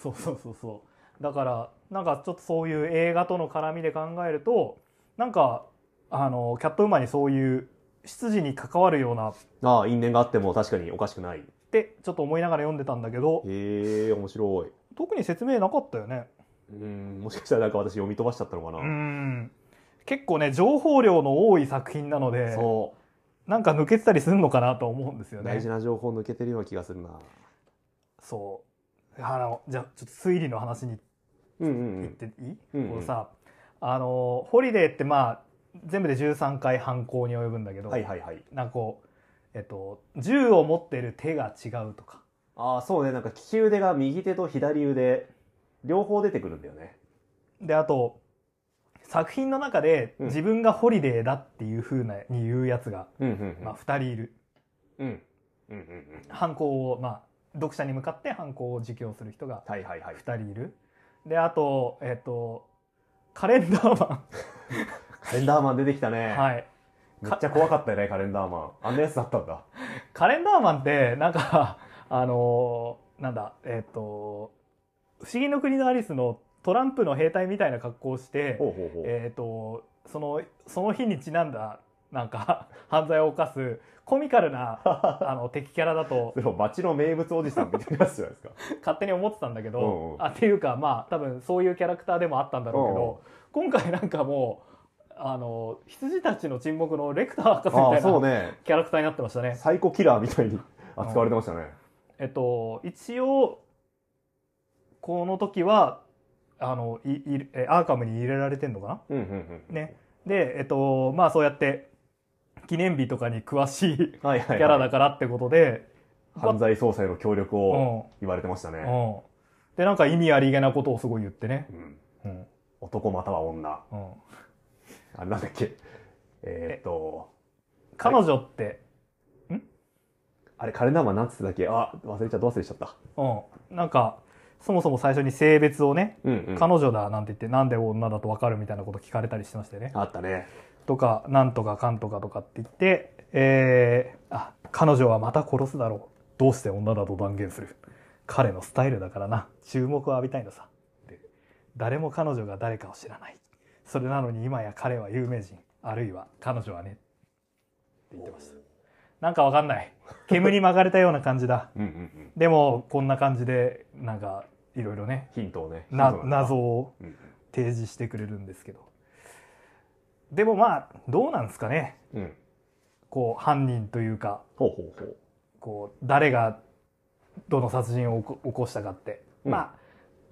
[SPEAKER 2] そうそうそうそうだからなんかちょっとそういう映画との絡みで考えるとなんかあのキャットウーマンにそういう出自に関わるようなっ
[SPEAKER 1] ああ因縁があっても確かにおかしくないへ
[SPEAKER 2] てちょっと思いながら読んでたんだけど
[SPEAKER 1] え面白い
[SPEAKER 2] 特に説明なかったよね
[SPEAKER 1] うんもしかしたらなんか私読み飛ばしちゃったのかな、
[SPEAKER 2] うん結構ね情報量の多い作品なので
[SPEAKER 1] そ
[SPEAKER 2] なんか抜けてたりするのかなと思うんですよ
[SPEAKER 1] う
[SPEAKER 2] ね
[SPEAKER 1] 大事な情報抜けてるような気がするな
[SPEAKER 2] そうあのじゃあちょっと推理の話に
[SPEAKER 1] うんうんう
[SPEAKER 2] 行っ
[SPEAKER 1] ん
[SPEAKER 2] ていい、
[SPEAKER 1] うんうん
[SPEAKER 2] こうさあのホリデーってまあ全部で13回犯行に及ぶんだけど、
[SPEAKER 1] はいはいはい
[SPEAKER 2] なんかこう、えっと、銃を持ってる手が違うとか
[SPEAKER 1] ああそうねなんか利き腕が右手と左腕両方出てくるんだよね
[SPEAKER 2] であと作品の中で
[SPEAKER 1] うん
[SPEAKER 2] 自分がホリデーだっていうふうなに言うやつが、
[SPEAKER 1] うんうんうん、
[SPEAKER 2] まあ、2人いる
[SPEAKER 1] うんうんうんうん
[SPEAKER 2] 犯行を、まあ、読者に向かって犯行を自供する人が
[SPEAKER 1] はいはいはい
[SPEAKER 2] 2人いるであとえっとカレンダーマ
[SPEAKER 1] カレンダーマン出てきたね、
[SPEAKER 2] ンはい
[SPEAKER 1] めっちゃ怖かったよねカレンダーマンあんなやつだったんだ
[SPEAKER 2] カレンダーマンってなんか あのーなんだえっと「不思議の国のアリス」のトランプの兵隊みたいな格好をして
[SPEAKER 1] ほうほうほう、
[SPEAKER 2] えー、とそのその日にちなんだなんか 犯罪を犯すコミカルなあの敵キャラだと
[SPEAKER 1] それも町の名物おじさんみたいなやつじゃないですか
[SPEAKER 2] 勝手に思ってたんだけど、
[SPEAKER 1] うんうん
[SPEAKER 2] あっていうかまあ多分そういうキャラクターでもあったんだろうけど、今回なんかもうあの羊たちの沈黙のレクター博士み
[SPEAKER 1] あ
[SPEAKER 2] た
[SPEAKER 1] あ
[SPEAKER 2] い
[SPEAKER 1] そう
[SPEAKER 2] な、
[SPEAKER 1] ね
[SPEAKER 2] キャラクターになってましたね。
[SPEAKER 1] サイコキラーみたいに扱われてましたね、
[SPEAKER 2] えっと、一応この時はあのいいえアーカムに入れられてんのかな
[SPEAKER 1] うんうんうん
[SPEAKER 2] ね、で、えっと、まあそうやって記念日とかに詳しいキ
[SPEAKER 1] はいはい、はい、
[SPEAKER 2] ャラだからってことで、
[SPEAKER 1] 犯罪捜査への協力
[SPEAKER 2] う
[SPEAKER 1] を
[SPEAKER 2] ん、
[SPEAKER 1] 言われてました
[SPEAKER 2] う
[SPEAKER 1] ね、
[SPEAKER 2] ん。で、なんか意味ありげなことをすごい言ってね。
[SPEAKER 1] うん
[SPEAKER 2] うん。
[SPEAKER 1] 男または女
[SPEAKER 2] うん、
[SPEAKER 1] あれなんだっけえーっと
[SPEAKER 2] 彼女って、
[SPEAKER 1] あれカレンダーマンなんつってたっけあ忘れちゃった忘れちゃった
[SPEAKER 2] うん。なんか、そもそも最初に性別をね、
[SPEAKER 1] うん、うん、
[SPEAKER 2] 彼女だなんて言って、なんで女だとわかるみたいなこと聞かれたりしてましたよね。
[SPEAKER 1] あったね
[SPEAKER 2] とか、なんとかかんとかとかって言って、えー、あ、彼女はまた殺すだろう。どうして女だと断言する。彼のスタイルだからな。注目を浴びたいのさ。で誰も彼女が誰かを知らない。それなのに今や彼は有名人。あるいは彼女はね。って言ってました。なんかわかんない。煙に巻かれたような感じだ。
[SPEAKER 1] うんうんうん
[SPEAKER 2] でも、こんな感じで、なんか、いろいろね、
[SPEAKER 1] ヒントをね
[SPEAKER 2] な
[SPEAKER 1] ヒントなんだ
[SPEAKER 2] 謎を
[SPEAKER 1] うんうん
[SPEAKER 2] 提示してくれるんですけど。でもまあ、どうなんですかね。
[SPEAKER 1] うん
[SPEAKER 2] こう犯人というか
[SPEAKER 1] ほうほうほう
[SPEAKER 2] こう誰がどの殺人を起こ起こしたかって、
[SPEAKER 1] うん
[SPEAKER 2] まあ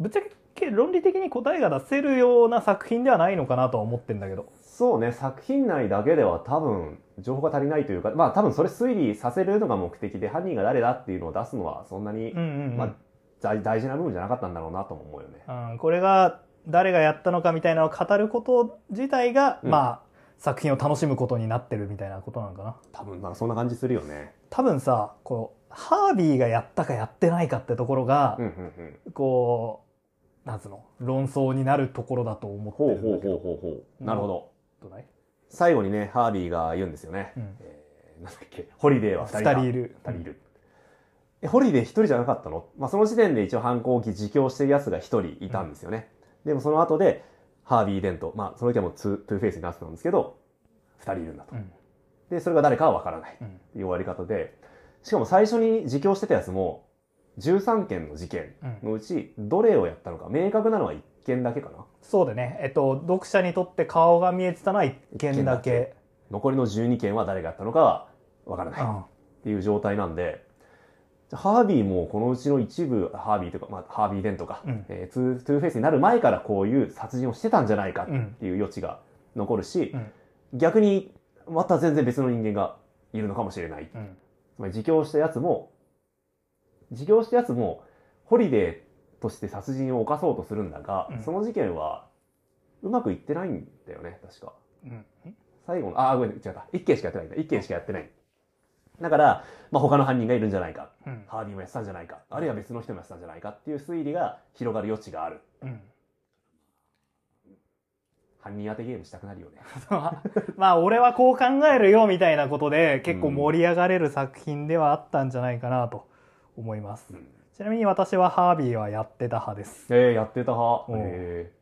[SPEAKER 2] ぶっちゃけ論理的に答えが出せるような作品ではないのかなとは思ってんだけど
[SPEAKER 1] そうね作品内だけでは多分情報が足りないというかまあ多分それ推理させるのが目的で犯人が誰だっていうのを出すのはそんなに、
[SPEAKER 2] うんうんうん
[SPEAKER 1] まあ、大大事な部分じゃなかったんだろうなとも思うよね。
[SPEAKER 2] うんこれが誰がやったのかみたいなのを語ること自体が、
[SPEAKER 1] うん
[SPEAKER 2] まあ作品を楽しむことになってるみたいなことなのかな
[SPEAKER 1] 多分なんかそんな感じするよね。
[SPEAKER 2] 多分さこうハービーがやったかやってないかってところが
[SPEAKER 1] うん、うんうん。
[SPEAKER 2] こうなんつうの論争になるところだと思って
[SPEAKER 1] ほう
[SPEAKER 2] るん
[SPEAKER 1] ほ
[SPEAKER 2] だ
[SPEAKER 1] う
[SPEAKER 2] けど
[SPEAKER 1] ほうほうほう。なるほど。
[SPEAKER 2] どうだい
[SPEAKER 1] 最後にねハービーが言うんですよね。
[SPEAKER 2] うん
[SPEAKER 1] えーなんだっけホリデーは二人
[SPEAKER 2] 二
[SPEAKER 1] だ
[SPEAKER 2] 人いる
[SPEAKER 1] 二人いる。えホリデー一人じゃなかったの、まあ、その時点で一応反抗期自供してるやつが一人いたんですよね。でもその後で、ハービー・デント、まあその時はもうツートゥーフェイスになってたんですけど、二人いるんだと
[SPEAKER 2] う。ん
[SPEAKER 1] で、それが誰かはわからない
[SPEAKER 2] うん
[SPEAKER 1] という終わり方で、しかも最初に自供してたやつも、13件の事件
[SPEAKER 2] うん
[SPEAKER 1] のうち、どれをやったのか、明確なのは1件だけかな。
[SPEAKER 2] そうだね。えっと、読者にとって顔が見えてたのは一件だけ。
[SPEAKER 1] 残りの12件は誰がやったのかはわからない。っていう状態なんで、じゃあハービーもこのうちの一部、ハービーとか、まあ、ハービーデンとか、
[SPEAKER 2] うん
[SPEAKER 1] えーツー、トゥーフェイスになる前からこういう殺人をしてたんじゃないか
[SPEAKER 2] うん。うん。
[SPEAKER 1] っていう余地が残るし、
[SPEAKER 2] うん
[SPEAKER 1] 逆にまた全然別の人間がいるのかもしれないっ
[SPEAKER 2] うん。
[SPEAKER 1] つまり自供したやつも、自供したやつも、ホリデーとして殺人を犯そうとするんだが、
[SPEAKER 2] うん
[SPEAKER 1] その事件は、うまくいってないんだよね、確か。
[SPEAKER 2] うん
[SPEAKER 1] 最後の、あー、ごめん、違った。一件しかやってないんだ。一件しかやってない。だから、まあ、他の犯人がいるんじゃないか。
[SPEAKER 2] うん
[SPEAKER 1] ハーディもやってたんじゃないか。あるいは別の人もやってたんじゃないかっていう推理が広がる余地がある。
[SPEAKER 2] うん、
[SPEAKER 1] 犯人当てゲームしたくなる よね。
[SPEAKER 2] まあ俺はこう考えるよみたいなことで結構盛り上がれる作品ではあったんじゃないかなと思います、
[SPEAKER 1] うん
[SPEAKER 2] ちなみに私はハービーはやってた派です
[SPEAKER 1] えー、やってた派。
[SPEAKER 2] うん
[SPEAKER 1] え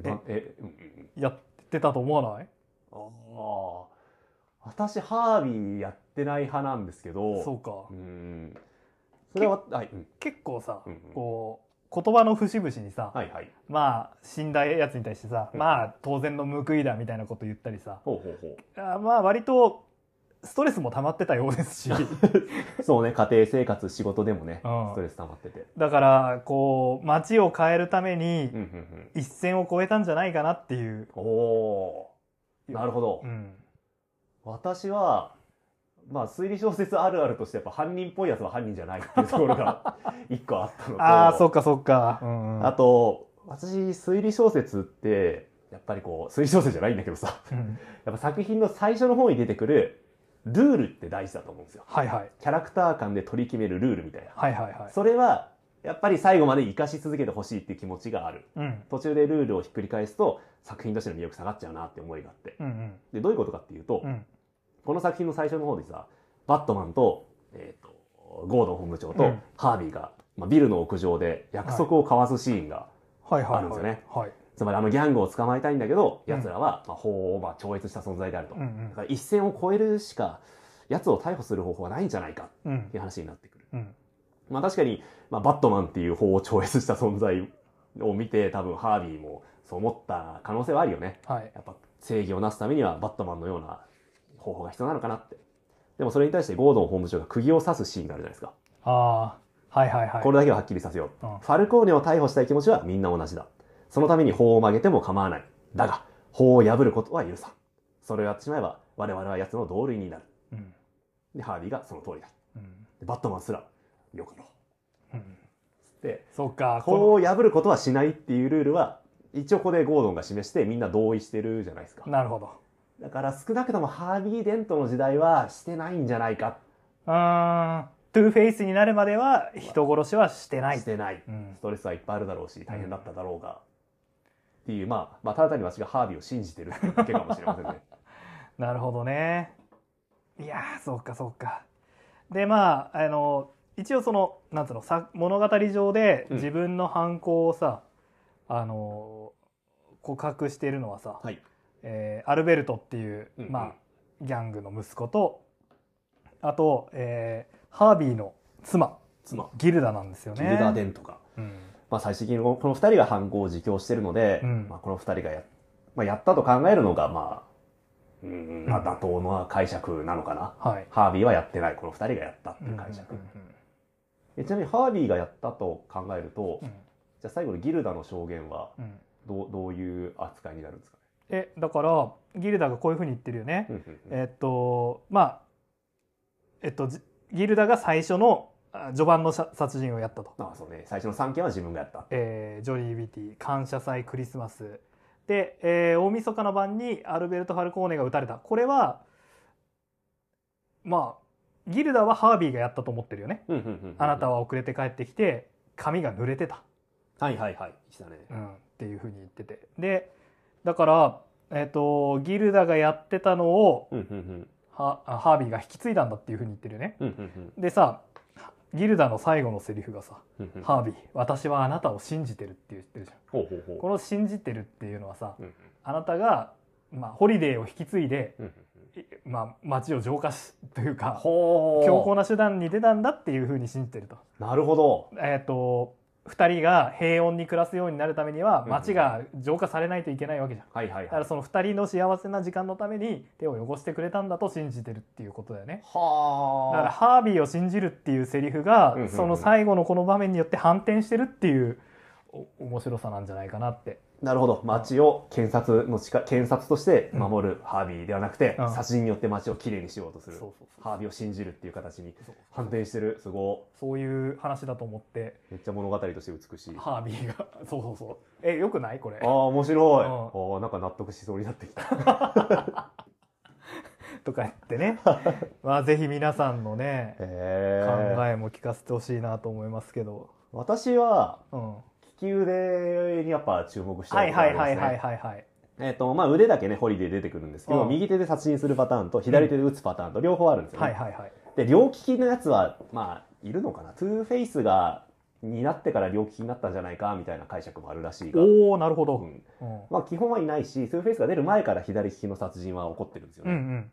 [SPEAKER 1] ー、えなえ、うんうんうん。
[SPEAKER 2] やってたと思わない
[SPEAKER 1] ああ。私、ハービーやってない派なんですけど。
[SPEAKER 2] そうか
[SPEAKER 1] うん。それは、はい、うん。
[SPEAKER 2] 結構さ、
[SPEAKER 1] うんうん
[SPEAKER 2] こう言葉の節々にさ、
[SPEAKER 1] はいはい。
[SPEAKER 2] まあ死んだやつに対してさ、
[SPEAKER 1] うん
[SPEAKER 2] まあ当然の報いだみたいなこと言ったりさ
[SPEAKER 1] ほうほうほ
[SPEAKER 2] あまあ割とストレスも溜まってたようですし
[SPEAKER 1] う。そうね、家庭生活、仕事でもね、
[SPEAKER 2] うん
[SPEAKER 1] ストレス溜まってて。
[SPEAKER 2] だからこう街を変えるために
[SPEAKER 1] うんうんうん。
[SPEAKER 2] 一線を越えたんじゃないかなっていう、
[SPEAKER 1] おおー。なるほど。
[SPEAKER 2] うん、
[SPEAKER 1] 私は、まあ、推理小説あるあるとして、やっぱ犯人っぽいやつは犯人じゃないっていうところが 一個あったのと。
[SPEAKER 2] ああそっかそっか、うんうん
[SPEAKER 1] あと、私、推理小説って、やっぱりこう、推理小説じゃないんだけどさ、
[SPEAKER 2] うん
[SPEAKER 1] やっぱ作品の最初の方に出てくる、ルールって大事だと思うんですよ。
[SPEAKER 2] はいはい
[SPEAKER 1] キャラクター間で取り決めるルールみたいな。
[SPEAKER 2] はいはいはい
[SPEAKER 1] それは、やっぱり最後まで活かし続けてほしいっていう気持ちがある。
[SPEAKER 2] うん
[SPEAKER 1] 途中でルールをひっくり返すと、作品としての魅力下がっちゃうなって思いがあって。
[SPEAKER 2] うん
[SPEAKER 1] で、どういうことかっていうと、
[SPEAKER 2] うんうん
[SPEAKER 1] この作品の最初の方でさ、バットマンと、えっ、と、ゴードン本部長
[SPEAKER 2] う
[SPEAKER 1] と
[SPEAKER 2] ん
[SPEAKER 1] ハービーが、まあ、ビルの屋上で約束を交わすシーンが、
[SPEAKER 2] はいはい
[SPEAKER 1] あるんですよね
[SPEAKER 2] はい
[SPEAKER 1] つまりあのギャングを捕まえたいんだけど、
[SPEAKER 2] うん
[SPEAKER 1] 奴らは、まあ、法をまあ超越した存在であると。
[SPEAKER 2] うんうん
[SPEAKER 1] だから一線を越えるしか、奴を逮捕する方法はないんじゃないかっ
[SPEAKER 2] うん
[SPEAKER 1] ていう話になってくる。
[SPEAKER 2] うん
[SPEAKER 1] まあ確かに、まあ、バットマンっていう法を超越した存在を見て、多分ハービーもそう思った可能性はあるよね。
[SPEAKER 2] はい
[SPEAKER 1] やっぱ正義をなすためにはバットマンのような方法が必要なのかなって。でもそれに対してゴードン法務長が釘を刺すシーンがあるじゃないですか。
[SPEAKER 2] ああはいはいはい
[SPEAKER 1] これだけははっきりさせよう。
[SPEAKER 2] うん
[SPEAKER 1] ファルコーネを逮捕したい気持ちはみんな同じだ。そのために法を曲げても構わない。だが、法を破ることは許さん。それをやってしまえば我々は奴の同類になる。
[SPEAKER 2] うん
[SPEAKER 1] で、ハービーがその通りだ。
[SPEAKER 2] うん
[SPEAKER 1] でバットマンすら、よかろ
[SPEAKER 2] う
[SPEAKER 1] う。
[SPEAKER 2] ん
[SPEAKER 1] で、
[SPEAKER 2] そっか
[SPEAKER 1] 法を破ることはしないっていうルールは、一応ここでゴードンが示してみんな同意してるじゃないですか。
[SPEAKER 2] なるほど
[SPEAKER 1] だから少なくともハービー・デントの時代はしてないんじゃないか。
[SPEAKER 2] うーんトゥーフェイスになるまでは人殺しはしてない
[SPEAKER 1] してない。
[SPEAKER 2] うん
[SPEAKER 1] ストレスはいっぱいあるだろうし、大変だっただろうが。っていう、まあ、まあ、ただ単に私がハービーを信じてるっていうだけかもしれませんね。
[SPEAKER 2] なるほどねいやーそうかそうかでまああの一応そのなんつうのさ物語上で
[SPEAKER 1] うん
[SPEAKER 2] 自分の犯行をさ、あの告白しているのはさ、
[SPEAKER 1] はい。
[SPEAKER 2] えーアルベルトっていう、
[SPEAKER 1] うんうん
[SPEAKER 2] まあ、ギャングの息子とあと、えーハービーの妻
[SPEAKER 1] 妻、
[SPEAKER 2] ギルダなんですよ
[SPEAKER 1] ギ
[SPEAKER 2] ね。
[SPEAKER 1] ルダー・デントが。
[SPEAKER 2] うん
[SPEAKER 1] まあ、最終的にこの二人が犯行を自供してるので、
[SPEAKER 2] うん
[SPEAKER 1] まあ、この二人がや,、まあ、やったと考えるのが、まあ、うん、まあ、妥当な解釈なのかな。
[SPEAKER 2] はい
[SPEAKER 1] ハービーはやってない、この二人がやったっていう解釈。
[SPEAKER 2] うんうん
[SPEAKER 1] えちなみにハービーがやったと考えると、
[SPEAKER 2] うん
[SPEAKER 1] じゃあ最後のギルダの証言は
[SPEAKER 2] うんうん
[SPEAKER 1] どうどういう扱いになるんですか
[SPEAKER 2] えだからギルダがこういうふうに言ってるよね。
[SPEAKER 1] ね、
[SPEAKER 2] えっとまあえっとじギルダが最初のあ序盤のさ殺人をやったと、
[SPEAKER 1] ああそうね最初の3件は自分がやった、
[SPEAKER 2] えージョリー・ビティ感謝祭クリスマスで、えー大晦日の晩にアルベルト・ファルコーネが撃たれたこれはまあギルダはハービーがやったと思ってるよね、
[SPEAKER 1] うんうんうん
[SPEAKER 2] あなたは遅れて帰ってきて髪が濡れてた、
[SPEAKER 1] はいはいはいしたね、
[SPEAKER 2] うん、っていうふうに言っててでだから、えっとギルダがやってたのを
[SPEAKER 1] うんうん
[SPEAKER 2] はあハービーが引き継いだんだっていうふうに言ってるよね
[SPEAKER 1] うんうんうん
[SPEAKER 2] でさギルダの最後のセリフがさ
[SPEAKER 1] うんう
[SPEAKER 2] 「
[SPEAKER 1] ん
[SPEAKER 2] ハービー私はあなたを信じてる」って言ってるじゃん
[SPEAKER 1] ほうほうほう
[SPEAKER 2] この「信じてる」っていうのはさ
[SPEAKER 1] うんうん
[SPEAKER 2] あなたが、まあ、ホリデーを引き継いで、
[SPEAKER 1] うんうん
[SPEAKER 2] いまあ、街を浄化しというか
[SPEAKER 1] ほう
[SPEAKER 2] 強硬な手段に出たんだっていうふうに信じてると。
[SPEAKER 1] なるほど
[SPEAKER 2] えっと2人が平穏に暮らすようになるためには
[SPEAKER 1] うん
[SPEAKER 2] 街が浄化されないといけないわけじゃん。
[SPEAKER 1] はいはい
[SPEAKER 2] だか
[SPEAKER 1] はい
[SPEAKER 2] らその2人の幸せな時間のために手を汚してくれたんだと信じてるっていうことだよね。
[SPEAKER 1] は
[SPEAKER 2] だからハービーを信じるっていうセリフが、
[SPEAKER 1] うんうんうん
[SPEAKER 2] その最後のこの場面によって反転してるっていうお面白さなんじゃないかなって
[SPEAKER 1] なるほど。街を検察の力、検察として守るハービーではなくて、
[SPEAKER 2] うん
[SPEAKER 1] 殺人によって街をきれいにしようとす
[SPEAKER 2] そう
[SPEAKER 1] る
[SPEAKER 2] そ。うそう
[SPEAKER 1] ハービーを信じるっていう形に
[SPEAKER 2] そう
[SPEAKER 1] 反転してる。すご
[SPEAKER 2] そういう話だと思って
[SPEAKER 1] い。めっちゃ物語として美しい。あ
[SPEAKER 2] ハービー がそうそうそうえよくないこれ
[SPEAKER 1] あー、面白い。
[SPEAKER 2] うん
[SPEAKER 1] ああ、なんか納得しそうになってきた。
[SPEAKER 2] とか言って ねまあぜひ皆さんのね考
[SPEAKER 1] ええ。
[SPEAKER 2] えも聞かせてほしいなと思いますけど、
[SPEAKER 1] 私は、
[SPEAKER 2] うん、
[SPEAKER 1] 利き腕にやっぱ注目した
[SPEAKER 2] はいい
[SPEAKER 1] ところ
[SPEAKER 2] は
[SPEAKER 1] あ
[SPEAKER 2] い
[SPEAKER 1] りま
[SPEAKER 2] は
[SPEAKER 1] す
[SPEAKER 2] い
[SPEAKER 1] ね
[SPEAKER 2] はいはいはい
[SPEAKER 1] えっ、と、まあ、腕だけね、ホリデー出てくるんですけど、
[SPEAKER 2] うん
[SPEAKER 1] 右手で殺人するパターンと、左手で打つパターンと、両方あるんですよ、ね
[SPEAKER 2] はいはいはい
[SPEAKER 1] で、両利きのやつは、まあ、いるのかな。トゥーフェイスが、になってから両利きになったんじゃないか、みたいな解釈もあるらしいが。
[SPEAKER 2] おおなるほど、
[SPEAKER 1] う
[SPEAKER 2] うん
[SPEAKER 1] ん
[SPEAKER 2] うん、
[SPEAKER 1] まあ、基本はいないし、トゥーフェイスが出る前から左利きの殺人は起こってるんですよ
[SPEAKER 2] う
[SPEAKER 1] ね。
[SPEAKER 2] んうん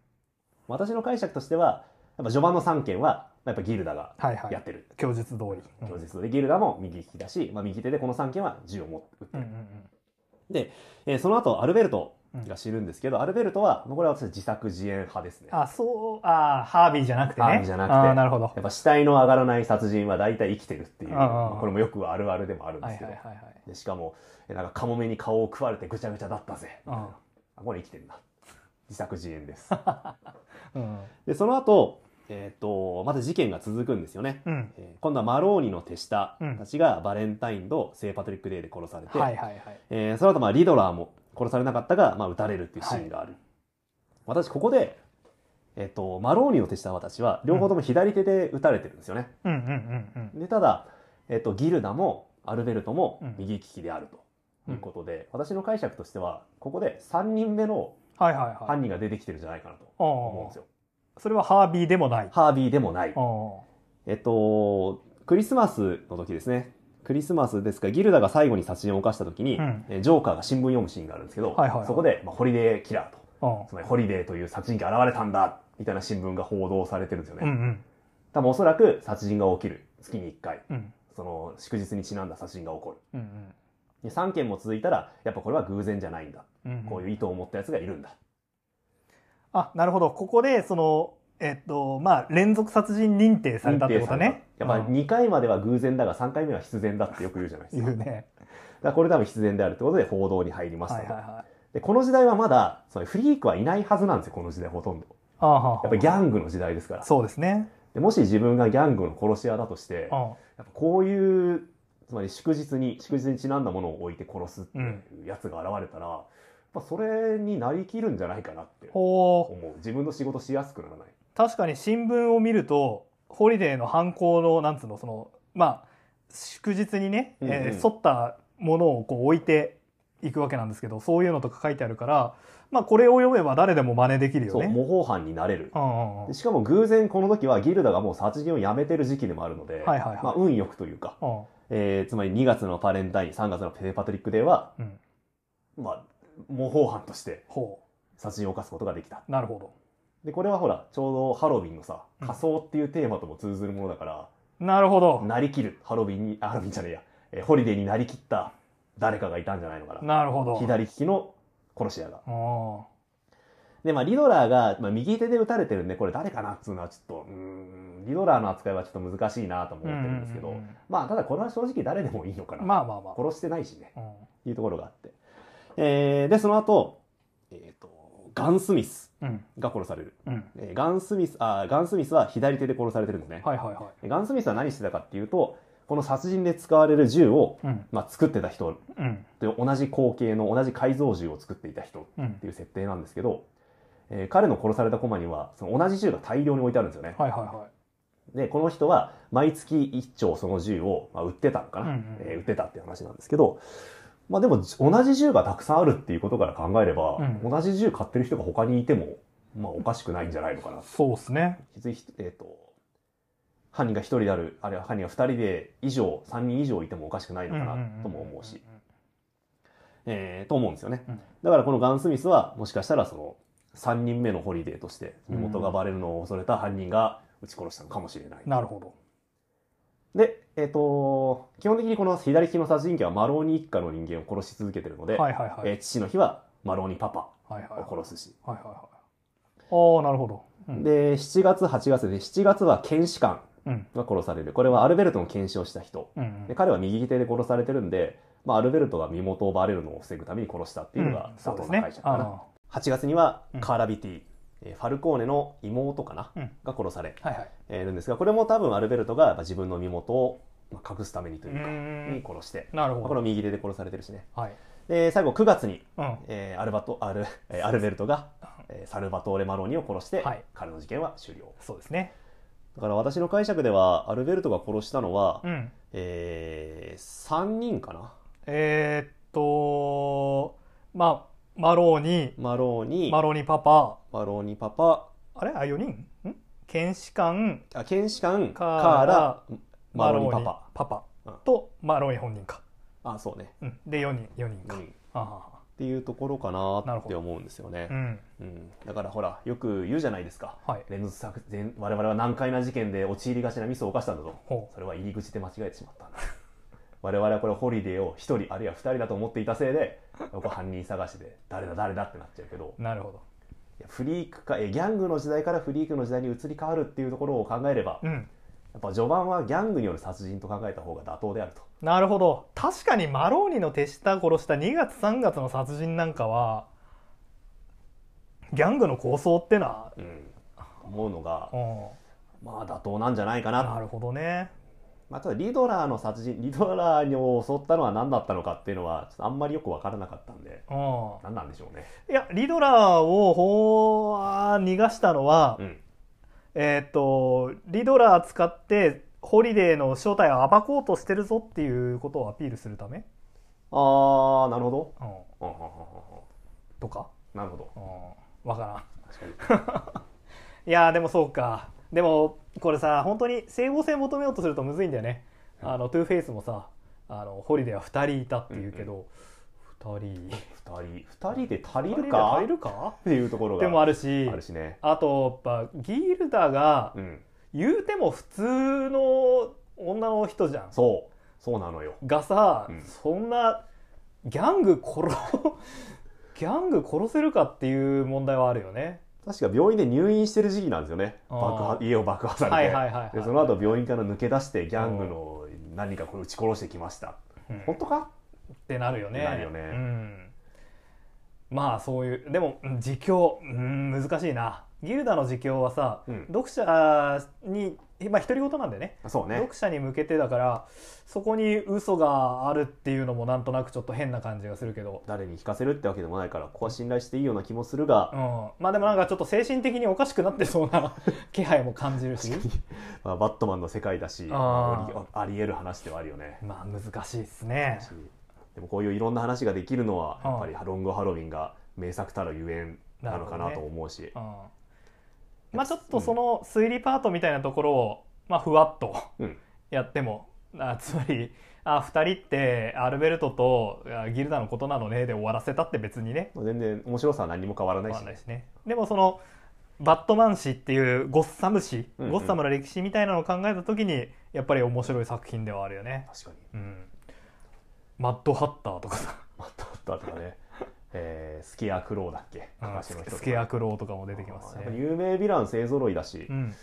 [SPEAKER 1] 私の解釈としては、やっぱ序盤の3件は、やっぱギルダが
[SPEAKER 2] はいは
[SPEAKER 1] やっ
[SPEAKER 2] い
[SPEAKER 1] てる。
[SPEAKER 2] 供述通りうん
[SPEAKER 1] 供述で、ギルダも右利きだし、まあ、右手でこの3件は銃を持って撃って
[SPEAKER 2] うん
[SPEAKER 1] る
[SPEAKER 2] う。ん
[SPEAKER 1] えーその後、アルベルト
[SPEAKER 2] うんうん
[SPEAKER 1] が知るんですけど、アルベルトは、これは私は自作自演派ですね。
[SPEAKER 2] あそうあーハービーじゃなくてね
[SPEAKER 1] ハービーじゃなくて
[SPEAKER 2] あーなるほど
[SPEAKER 1] やっぱ死体の上がらない殺人は大体生きてるっていう、
[SPEAKER 2] ああああ
[SPEAKER 1] まあこれもよくあるあるでもあるんで
[SPEAKER 2] はい
[SPEAKER 1] す
[SPEAKER 2] はい
[SPEAKER 1] けど、
[SPEAKER 2] はいはい
[SPEAKER 1] でしかもえなんかカモメに顔を食われてぐちゃぐちゃだったぜ、
[SPEAKER 2] うん
[SPEAKER 1] あこれ生きてんだ自作自演です
[SPEAKER 2] うん
[SPEAKER 1] でその後、えー、とまた事件が続くんですよね、
[SPEAKER 2] うん
[SPEAKER 1] えー今度はマローニの手下たちがバレンタインと聖パトリック・デーで殺されて、
[SPEAKER 2] はいはいはい
[SPEAKER 1] えーその後まあリドラーも殺されなかったが、まあ、撃たれるっていうシーンがある、私ここで、えー、とマローニの手下私は両方とも左手で撃たれてるんですよね、
[SPEAKER 2] うんうんうんうん
[SPEAKER 1] でただ、えっと、ギルダもアルベルトも
[SPEAKER 2] うん
[SPEAKER 1] 右利きであるということで、私の解釈としてはここで3人目の
[SPEAKER 2] はいはいはい
[SPEAKER 1] 犯人が出てきてるんじゃないかなと思う
[SPEAKER 2] あ
[SPEAKER 1] んですよ。
[SPEAKER 2] あそれはハービーでもないあ
[SPEAKER 1] ハービーでもない。
[SPEAKER 2] あ
[SPEAKER 1] えっとクリスマスの時ですねクリスマスですかギルダが最後に殺人を犯した時に、
[SPEAKER 2] うん
[SPEAKER 1] えジョーカーが新聞読むシーンがあるんですけど、
[SPEAKER 2] はいはいはい
[SPEAKER 1] そこで、まあ、ホリデーキラーと
[SPEAKER 2] うん
[SPEAKER 1] つまりホリデーという殺人鬼が現れたんだみたいな新聞が報道されてるんですよね。
[SPEAKER 2] うん
[SPEAKER 1] 多分おそらく殺人が起きる月に1回
[SPEAKER 2] うんうん
[SPEAKER 1] その祝日にちなんだ殺人が起こる。
[SPEAKER 2] うん
[SPEAKER 1] で3件も続いたらやっぱこれは偶然じゃないんだ
[SPEAKER 2] うんうん
[SPEAKER 1] こういう意図を持ったやつがいるんだ、
[SPEAKER 2] あなるほどここでそのえっとまあ連続殺人認定されたってことね
[SPEAKER 1] やっぱ
[SPEAKER 2] うん
[SPEAKER 1] 2回までは偶然だが3回目は必然だってよく言うじゃないですか
[SPEAKER 2] 言う
[SPEAKER 1] だか
[SPEAKER 2] ね
[SPEAKER 1] らこれ多分必然であるってことで報道に入りました
[SPEAKER 2] は
[SPEAKER 1] と、
[SPEAKER 2] いはいはい
[SPEAKER 1] でこの時代はまだそのフリークはいないはずなんですよこの時代ほとんど
[SPEAKER 2] ああはあ
[SPEAKER 1] やっぱギャングの時代ですから
[SPEAKER 2] そうですね
[SPEAKER 1] でもし自分がギャングの殺し屋だとして
[SPEAKER 2] う
[SPEAKER 1] やっ
[SPEAKER 2] ん
[SPEAKER 1] ぱこういうつまり祝日に祝日にちなんだものを置いて殺すっていうやつが現れたら、やっぱそれになりきるんじゃないかなって
[SPEAKER 2] ほう
[SPEAKER 1] 思う自分の仕事しやすくならない
[SPEAKER 2] 確かに新聞を見るとホリデーの犯行のなんつうのそのまあ祝日にね、
[SPEAKER 1] うんうん
[SPEAKER 2] えー沿ったものをこう置いていくわけなんですけどそういうのとか書いてあるからまあこれを読めば誰でも真似できるよ
[SPEAKER 1] そう
[SPEAKER 2] ね。
[SPEAKER 1] 模倣犯になれる
[SPEAKER 2] う、んうんうん
[SPEAKER 1] でしかも偶然この時はギルダがもう殺人をやめてる時期でもあるの
[SPEAKER 2] は
[SPEAKER 1] で、
[SPEAKER 2] いはいはい
[SPEAKER 1] まあ、運良くというか、
[SPEAKER 2] うん
[SPEAKER 1] えーつまり2月のバレンタイン3月のペーパトリックデーは、
[SPEAKER 2] うん
[SPEAKER 1] まあ、模倣犯として
[SPEAKER 2] ほ
[SPEAKER 1] 殺人を犯すことができた
[SPEAKER 2] うなるほど
[SPEAKER 1] でこれはほらちょうどハロウィンのさ
[SPEAKER 2] うん
[SPEAKER 1] 仮装っていうテーマとも通ずるものだから、
[SPEAKER 2] なるほど
[SPEAKER 1] なりきるハロウィンにあハロウィンじゃねえや、えーホリデーになりきった誰かがいたんじゃないのかな
[SPEAKER 2] なるほど。
[SPEAKER 1] 左利きの殺し屋が
[SPEAKER 2] うん
[SPEAKER 1] で、まあ、リドラーが、まあ、右手で打たれてるんで、これ誰かなっつうのはちょっと、うーん、リドラーの扱いはちょっと難しいなとも思ってるんですけど、
[SPEAKER 2] うんうんうん
[SPEAKER 1] まあ、ただこれは正直誰でもいいのかな。
[SPEAKER 2] まあまあまあ。
[SPEAKER 1] 殺してないしね、
[SPEAKER 2] うん
[SPEAKER 1] いうところがあって。えー、で、その後、えっ、と、ガン・スミス
[SPEAKER 2] うん
[SPEAKER 1] が殺される。
[SPEAKER 2] うん
[SPEAKER 1] えーガン・スミス、あーガン・スミスは左手で殺されてるんですね。
[SPEAKER 2] はいはいはい。
[SPEAKER 1] ガン・スミスは何してたかっていうと、この殺人で使われる銃を、
[SPEAKER 2] うん
[SPEAKER 1] まあ、作ってた人
[SPEAKER 2] うん
[SPEAKER 1] と同じ口径の同じ改造銃を作っていた人
[SPEAKER 2] うん
[SPEAKER 1] っていう設定なんですけど、えー彼の殺されたコマにはその同じ銃が大量に置いてあるんですよね。
[SPEAKER 2] はいは
[SPEAKER 1] でこの人は毎月1丁その銃を、まあ、売ってたのか
[SPEAKER 2] い
[SPEAKER 1] な、
[SPEAKER 2] はい。
[SPEAKER 1] えー売ってたっていう話なんですけど、まあ、でもじ同じ銃がたくさんあるっていうことから考えれば、
[SPEAKER 2] うん
[SPEAKER 1] 同じ銃買ってる人が他にいても、まあ、おかしくないんじゃないのかな。
[SPEAKER 2] そうですね。
[SPEAKER 1] きつい人えー、と犯人が1人であるあるいは犯人が2人で以上3人以上いてもおかしくないのかなとも思うし、えーと思うんですよね。
[SPEAKER 2] うん
[SPEAKER 1] だからこのガン・スミスはもしかしたらその3人目のホリデーとして身元がバレるのを恐れた犯人が撃ち殺したのかもしれない。
[SPEAKER 2] なるほど。
[SPEAKER 1] で、えっ、と、基本的にこの左利きの殺人鬼はマローニ一家の人間を殺し続けてるので、
[SPEAKER 2] はいはいはい。
[SPEAKER 1] えー父の日はマローニパパ
[SPEAKER 2] はいはいはい。はい
[SPEAKER 1] を殺すし、
[SPEAKER 2] はいはい。ああ、なるほど。うん、
[SPEAKER 1] で、7月、8月で、7月は検視官
[SPEAKER 2] うん
[SPEAKER 1] が殺される。これはアルベルトの検視をした人。
[SPEAKER 2] うん
[SPEAKER 1] で彼は右手で殺されてるんで、まあ、アルベルトが身元をバレるのを防ぐために殺したっていうの
[SPEAKER 2] う
[SPEAKER 1] が
[SPEAKER 2] んそう
[SPEAKER 1] 佐
[SPEAKER 2] ですね
[SPEAKER 1] 藤の解釈かな、
[SPEAKER 2] あ
[SPEAKER 1] 8月には
[SPEAKER 2] うん
[SPEAKER 1] カーラビティ、えーファルコーネの妹かな、
[SPEAKER 2] うん
[SPEAKER 1] が殺され
[SPEAKER 2] あはいはい
[SPEAKER 1] えーるんですがこれも多分アルベルトがやっぱ自分の身元をまあ隠すためにといううか、
[SPEAKER 2] ー
[SPEAKER 1] に
[SPEAKER 2] ん
[SPEAKER 1] 殺して、
[SPEAKER 2] なる
[SPEAKER 1] まあ
[SPEAKER 2] ほ
[SPEAKER 1] これ
[SPEAKER 2] ど
[SPEAKER 1] も右手で殺されてるしね
[SPEAKER 2] はい
[SPEAKER 1] で最後9月に、
[SPEAKER 2] うん
[SPEAKER 1] えーアルバトアルえーアルベルトが、えーサルバトーレ・マローニを殺して、
[SPEAKER 2] はい
[SPEAKER 1] 彼の事件は終了
[SPEAKER 2] そうですね
[SPEAKER 1] だから私の解釈ではアルベルトが殺したのは、
[SPEAKER 2] うん
[SPEAKER 1] え3人かな
[SPEAKER 2] えーっとまあマローニ
[SPEAKER 1] マローニ
[SPEAKER 2] マローニパパ
[SPEAKER 1] マローニパパ
[SPEAKER 2] あれあ4人ん検視官
[SPEAKER 1] あ検視官
[SPEAKER 2] カ
[SPEAKER 1] カ
[SPEAKER 2] ーラ
[SPEAKER 1] ーラ
[SPEAKER 2] マ
[SPEAKER 1] マ
[SPEAKER 2] ロ
[SPEAKER 1] ロ
[SPEAKER 2] ー
[SPEAKER 1] ー
[SPEAKER 2] ニ
[SPEAKER 1] ニ
[SPEAKER 2] パ
[SPEAKER 1] パ
[SPEAKER 2] パ
[SPEAKER 1] パうん
[SPEAKER 2] とマローニ本人か、
[SPEAKER 1] あそうね、
[SPEAKER 2] うん、で4人四人
[SPEAKER 1] う
[SPEAKER 2] か、
[SPEAKER 1] ん、っ
[SPEAKER 2] あ
[SPEAKER 1] ていうところか
[SPEAKER 2] な
[SPEAKER 1] な
[SPEAKER 2] る
[SPEAKER 1] っ
[SPEAKER 2] ほ
[SPEAKER 1] て
[SPEAKER 2] ど
[SPEAKER 1] 思うんですよ
[SPEAKER 2] あ
[SPEAKER 1] ね
[SPEAKER 2] う、ん
[SPEAKER 1] うん、だからほらよく言うじゃないですか
[SPEAKER 2] はい
[SPEAKER 1] 連続作戦我々は難解な事件で陥りがちなミスを犯したんだと
[SPEAKER 2] ほ
[SPEAKER 1] それは入り口で間違えてしまったんだ 我々はこれホリデーを1人あるいは2人だと思っていたせいで僕は犯人探しで誰だ誰だってなっちゃうけど
[SPEAKER 2] うなるほど
[SPEAKER 1] いやフリークかえギャングの時代からフリークの時代に移り変わるっていうところを考えれば
[SPEAKER 2] うん
[SPEAKER 1] やっぱ序盤はギャングによる殺人と考えた方が妥当であると
[SPEAKER 2] なるほど確かにマローニの手下殺した2月3月の殺人なんかはギャングの構想ってな、
[SPEAKER 1] 思うのが
[SPEAKER 2] う、ん、
[SPEAKER 1] まあ妥当なんじゃないかな
[SPEAKER 2] なるほどね
[SPEAKER 1] まあ、ただリドラーの殺人 リドラーを襲ったのは何だったのかっていうのはちょっとあんまりよく分からなかったんで
[SPEAKER 2] うん
[SPEAKER 1] 何なんでしょうね、
[SPEAKER 2] いやリドラーをほーあー逃がしたのは、
[SPEAKER 1] うん
[SPEAKER 2] えーっとリドラー使ってホリデーの正体を暴こうとしてるぞっていうことをアピールするため、
[SPEAKER 1] ああなるほど
[SPEAKER 2] うん、
[SPEAKER 1] うんうんうんうん
[SPEAKER 2] とか、
[SPEAKER 1] うんなるほど
[SPEAKER 2] うん、わからん
[SPEAKER 1] 確かに
[SPEAKER 2] いやーでもそうかでもこれさ本当に整合性求めようとするとむずいんだよね、
[SPEAKER 1] うん
[SPEAKER 2] あのトゥーフェイスもさあのホリデーは2人いたっていうけど、2人
[SPEAKER 1] 2人2人で足り
[SPEAKER 2] 二人
[SPEAKER 1] る
[SPEAKER 2] で
[SPEAKER 1] か
[SPEAKER 2] 足りるか
[SPEAKER 1] っていうところ
[SPEAKER 2] でも
[SPEAKER 1] が
[SPEAKER 2] あるし
[SPEAKER 1] あるしね
[SPEAKER 2] あとやっぱギルダが
[SPEAKER 1] うん
[SPEAKER 2] 言うても普通の女の人じゃん
[SPEAKER 1] そうそうなのよ
[SPEAKER 2] がさ、
[SPEAKER 1] うん
[SPEAKER 2] そんなギャング殺 ギャング殺せるかっていう問題はあるよね
[SPEAKER 1] 確か病院で入院してる時期なんですよね
[SPEAKER 2] あー
[SPEAKER 1] 爆破家を爆破されて、
[SPEAKER 2] はいはいはい
[SPEAKER 1] で
[SPEAKER 2] はい
[SPEAKER 1] その後病院から抜け出してギャングの何かこれ撃ち殺してきました、
[SPEAKER 2] うん
[SPEAKER 1] 本当か
[SPEAKER 2] ってなるよね
[SPEAKER 1] なるよね
[SPEAKER 2] うん、まあそういうでもうん自供、うん、難しいなギルダの自供はさ、
[SPEAKER 1] うん
[SPEAKER 2] 読者にまあ独り言なんだよね
[SPEAKER 1] そうね
[SPEAKER 2] 読者に向けてだからそこに嘘があるっていうのもなんとなくちょっと変な感じがするけど、
[SPEAKER 1] 誰に聞かせるってわけでもないからここは信頼していいような気もするが、
[SPEAKER 2] うん、まあでもなんかちょっと精神的におかしくなってそうな 気配も感じるし
[SPEAKER 1] まあ、バットマンの世界だし
[SPEAKER 2] あー
[SPEAKER 1] まあありえる話ではあるよね。
[SPEAKER 2] まあ難しいですね
[SPEAKER 1] でもこういういろんな話ができるのは
[SPEAKER 2] うん
[SPEAKER 1] やっぱり「ロングハロウィン」が名作たるゆえんなのかな
[SPEAKER 2] なるほどね
[SPEAKER 1] と思うし、
[SPEAKER 2] うんまあちょっとその推理パートみたいなところを、まあ、ふわっと
[SPEAKER 1] うん
[SPEAKER 2] やってもあつまりあ2人ってアルベルトとあギルダのことなのねで終わらせたって別にね
[SPEAKER 1] まあ全然面白さは何も変わらな
[SPEAKER 2] 変
[SPEAKER 1] い
[SPEAKER 2] わ
[SPEAKER 1] し
[SPEAKER 2] ん
[SPEAKER 1] ね、
[SPEAKER 2] ないしねでもそのバットマン史っていうゴッサム史、
[SPEAKER 1] うんうん
[SPEAKER 2] ゴッサムの歴史みたいなのを考えた時にやっぱり面白い作品ではあるよね、
[SPEAKER 1] 確かに
[SPEAKER 2] うん、マッドハッターとかさ
[SPEAKER 1] あったあったとかね、えースケアクローだっけ話の人とか
[SPEAKER 2] スケアクローとかも出てきますし
[SPEAKER 1] あーやっぱ
[SPEAKER 2] ね、
[SPEAKER 1] 有名ヴィラン勢ぞろいだし
[SPEAKER 2] う、ん、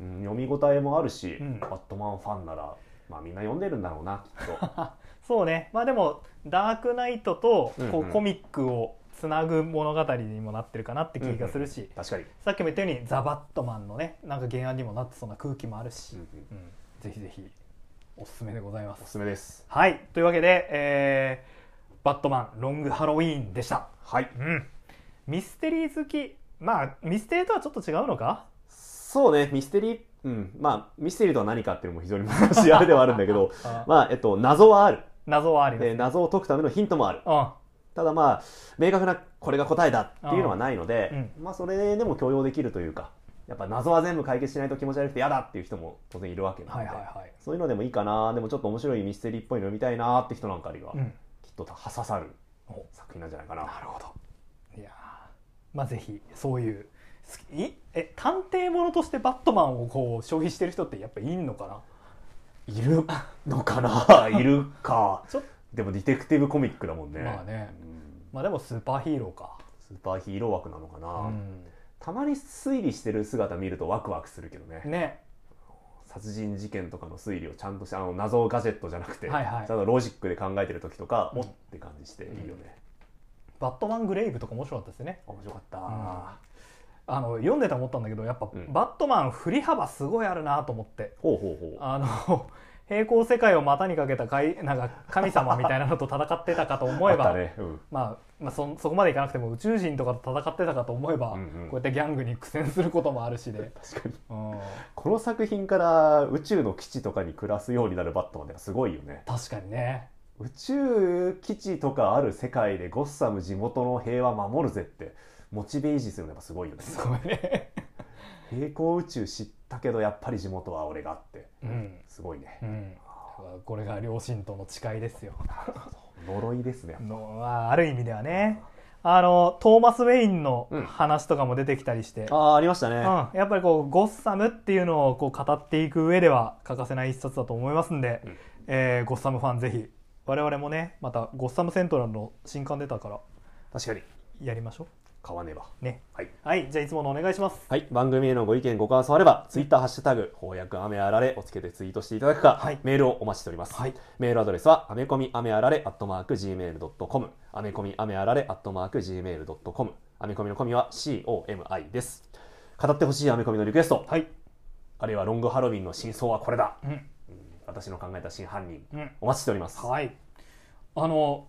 [SPEAKER 1] うん読み応えもあるし、
[SPEAKER 2] うん
[SPEAKER 1] バットマンファンなら、まあ、みんな読んでるんだろうなき っと。
[SPEAKER 2] そうねまあでも「ダークナイト」とこ
[SPEAKER 1] うんう
[SPEAKER 2] うんコミックをつなぐ物語にもなってるかなって気がするし、
[SPEAKER 1] 確かに、
[SPEAKER 2] さっきも言ったように「ザ・バットマン」のねなんか原案にもなってそうな空気もあるし、
[SPEAKER 1] うんうん
[SPEAKER 2] うんぜひぜひおすすめでございま
[SPEAKER 1] お
[SPEAKER 2] す。
[SPEAKER 1] すすめです。
[SPEAKER 2] はいというわけで、えーバットマンロングハロウィーン」でした、
[SPEAKER 1] はい
[SPEAKER 2] うん、ミステリー好きまあミステリーとはちょっと違うのか
[SPEAKER 1] そうね、ミステリー、うん、まあ、ミステリーとは何かっていうのも非常に難しいあれではあるんだけ ど、
[SPEAKER 2] あ
[SPEAKER 1] まあ、えっと、謎はある。
[SPEAKER 2] 謎はあります、
[SPEAKER 1] で、謎を解くためのヒントもある。
[SPEAKER 2] うん
[SPEAKER 1] ただまあ、明確なこれが答えだっていうのはないので、
[SPEAKER 2] う
[SPEAKER 1] まあ、それでも許容できるというか、やっぱ謎は全部解決しないと気持ち悪くて嫌だっていう人も当然いるわけなの
[SPEAKER 2] はい
[SPEAKER 1] で、
[SPEAKER 2] はいはい、
[SPEAKER 1] そういうのでもいいかな、でもちょっと面白いミステリーっぽいの見たいなって人なんかには、
[SPEAKER 2] うん
[SPEAKER 1] きっと刺さる
[SPEAKER 2] お
[SPEAKER 1] 作品なんじゃない かな。
[SPEAKER 2] なるほどいやーまあぜひそういう好きいえ探偵ものとしてバットマンをこう消費してる人ってやっぱいんのかない
[SPEAKER 1] るのかないるか
[SPEAKER 2] ちょっ。
[SPEAKER 1] でもディテクティブコミックだもんね。
[SPEAKER 2] まあね
[SPEAKER 1] うん
[SPEAKER 2] まあでもスーパーヒーローか
[SPEAKER 1] スーパーヒーロー枠なのかな、
[SPEAKER 2] うん
[SPEAKER 1] たまに推理してる姿見るとワクワクするけどね
[SPEAKER 2] ね
[SPEAKER 1] 殺人事件とかの推理をちゃんとしてあの謎ガジェットじゃなくて、
[SPEAKER 2] はいはい
[SPEAKER 1] ちゃんとロジックで考えてる時とか、
[SPEAKER 2] うん
[SPEAKER 1] おって感じしていいよね、
[SPEAKER 2] バットマングレイブとか面白かったですよね
[SPEAKER 1] 面白かった、
[SPEAKER 2] あの読んでて思ったんだけどやっぱ、
[SPEAKER 1] うん
[SPEAKER 2] バットマン振り幅すごいあるなと思って
[SPEAKER 1] ほうほうほう
[SPEAKER 2] あの 平行世界を股にかけたかいなんか神様みたいなのと戦ってたかと思え
[SPEAKER 1] あっ
[SPEAKER 2] ば、
[SPEAKER 1] たね、うん、
[SPEAKER 2] まあ、まあそそこまでいかなくても宇宙人とかと戦ってたかと思えば、
[SPEAKER 1] うんうん
[SPEAKER 2] こうやってギャングに苦戦することもあるしで、
[SPEAKER 1] 確かに
[SPEAKER 2] うん、
[SPEAKER 1] この作品から宇宙の基地とかに暮らすようになるバットマンってすごいよね
[SPEAKER 2] 確かにね
[SPEAKER 1] 宇宙基地とかある世界でゴッサム地元の平和守るぜってモチベ維持するのやっぱすごいよね
[SPEAKER 2] すごいね、
[SPEAKER 1] 平行宇宙知ったけどやっぱり地元は俺がって
[SPEAKER 2] うん
[SPEAKER 1] すごいね
[SPEAKER 2] うん、だからこれが両親との誓いですよ
[SPEAKER 1] 呪いですね
[SPEAKER 2] の、まあ、ある意味ではねあのトーマス・ウェインの
[SPEAKER 1] うん
[SPEAKER 2] 話とかも出てきたりして、
[SPEAKER 1] ああありましたね
[SPEAKER 2] うん、やっぱりこうゴッサムっていうのをこう語っていく上では欠かせない一冊だと思いますんで、
[SPEAKER 1] うん
[SPEAKER 2] えーゴッサムファンぜひ我々もねまたゴッサムセントラルの新刊出たから
[SPEAKER 1] 確かに
[SPEAKER 2] やりましょ
[SPEAKER 1] 買わねば
[SPEAKER 2] うね
[SPEAKER 1] はい
[SPEAKER 2] はいじゃあいつものお願いします
[SPEAKER 1] はい、番組へのご意見ご感想あれば、ツイッターハッシュタグ、翻訳雨あられをつけてツイートしていただくか、
[SPEAKER 2] はい
[SPEAKER 1] メールをお待ちしております。
[SPEAKER 2] はい
[SPEAKER 1] メールアドレスは、アメコミ雨あられ、アットマーク、gmail.com、アメコミ雨あられ、アットマーク、gmail.com、アメコミのコミは COMI です。語ってほしいアメコミのリクエスト、
[SPEAKER 2] はい
[SPEAKER 1] あるいはロングハロウィンの真相はこれだ、
[SPEAKER 2] うん
[SPEAKER 1] 私の考えた真犯人、
[SPEAKER 2] うん
[SPEAKER 1] お待ちしております。
[SPEAKER 2] はいあの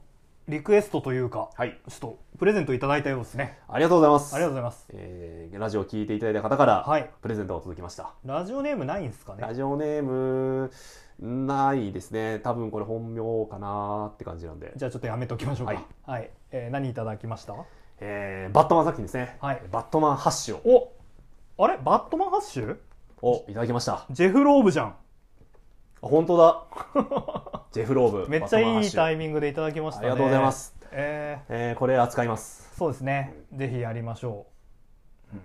[SPEAKER 2] リクエストというか、
[SPEAKER 1] はい
[SPEAKER 2] ちょっとプレゼントいただいたようですね
[SPEAKER 1] ありがとうございます。
[SPEAKER 2] ありがとうございます
[SPEAKER 1] えーラジオを聞いていただいた方から、
[SPEAKER 2] はい
[SPEAKER 1] プレゼントが届きました。
[SPEAKER 2] ラジオネームないんですかね
[SPEAKER 1] ラジオネームないですね多分これ本名かなって感じなんで、
[SPEAKER 2] じゃあちょっとやめときましょうか
[SPEAKER 1] はい、
[SPEAKER 2] はいえー何いただきました
[SPEAKER 1] えーバットマン作品ですね、
[SPEAKER 2] はい
[SPEAKER 1] バットマンハッシュ
[SPEAKER 2] おあれバットマンハッシュ
[SPEAKER 1] をいただきましたあ
[SPEAKER 2] ジェフ・ローブじゃん
[SPEAKER 1] 本 当だジェフ・ローブ
[SPEAKER 2] めっちゃいいタ
[SPEAKER 1] イ
[SPEAKER 2] イミングでいただきましたね
[SPEAKER 1] ありがとうございます、
[SPEAKER 2] え
[SPEAKER 1] えーこれ扱います
[SPEAKER 2] ーそうですねぜひやりましょう、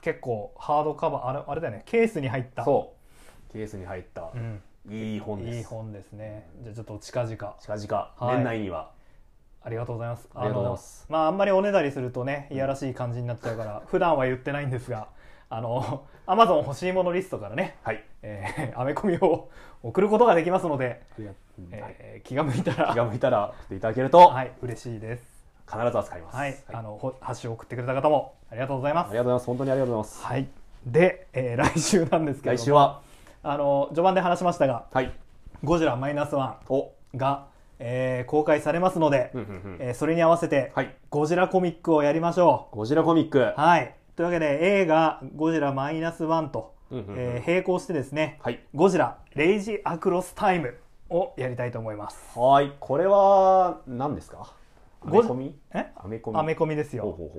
[SPEAKER 2] 結構ハードカバーあれあれだよねケースに入った
[SPEAKER 1] そうケースに入った、
[SPEAKER 2] うん、
[SPEAKER 1] いい本です
[SPEAKER 2] いい本ですねじゃあちょっと近々
[SPEAKER 1] 近々、
[SPEAKER 2] はい
[SPEAKER 1] 年内には
[SPEAKER 2] ありがとうございます
[SPEAKER 1] ありがとうございます
[SPEAKER 2] あのまああんまりおねだりするとねいやらしい感じになっちゃうから、 普段は言ってないんですがあの アマゾン欲しいものリストからね
[SPEAKER 1] はい
[SPEAKER 2] えー アメコミを送ることができますので、
[SPEAKER 1] ありがとうはい
[SPEAKER 2] えー気が向いたら
[SPEAKER 1] 気が向いたら送っていただけると
[SPEAKER 2] はい嬉しいです
[SPEAKER 1] 必ず扱います、
[SPEAKER 2] はい、
[SPEAKER 1] あ
[SPEAKER 2] あのほ箸を送ってくれた方もありがとうございま
[SPEAKER 1] り
[SPEAKER 2] す
[SPEAKER 1] がとうございます本当にありがとうございます、
[SPEAKER 2] はいで、えー来 週なんですけれども
[SPEAKER 1] 来週は
[SPEAKER 2] あの序盤で話しましたが
[SPEAKER 1] はい
[SPEAKER 2] 「ゴジラマイナスワ
[SPEAKER 1] お
[SPEAKER 2] ンが、えー公開されますので、
[SPEAKER 1] うんうんうん
[SPEAKER 2] えーそれに合わせて、
[SPEAKER 1] はい
[SPEAKER 2] ゴジラコミックをやりましょ
[SPEAKER 1] ゴジラコミック
[SPEAKER 2] うはいというわけで映画「ゴジラマイナスワンと、
[SPEAKER 1] うんうんうん
[SPEAKER 2] えー並行してですね
[SPEAKER 1] はい
[SPEAKER 2] 「ゴジラレイジアクロスタイム」をやりたいと思います
[SPEAKER 1] はい、これは何ですか？ア
[SPEAKER 2] ゴ
[SPEAKER 1] メ
[SPEAKER 2] ジ
[SPEAKER 1] コミ？
[SPEAKER 2] え
[SPEAKER 1] アメコミ。
[SPEAKER 2] アメコミです
[SPEAKER 1] ほう
[SPEAKER 2] よ、
[SPEAKER 1] ほうほ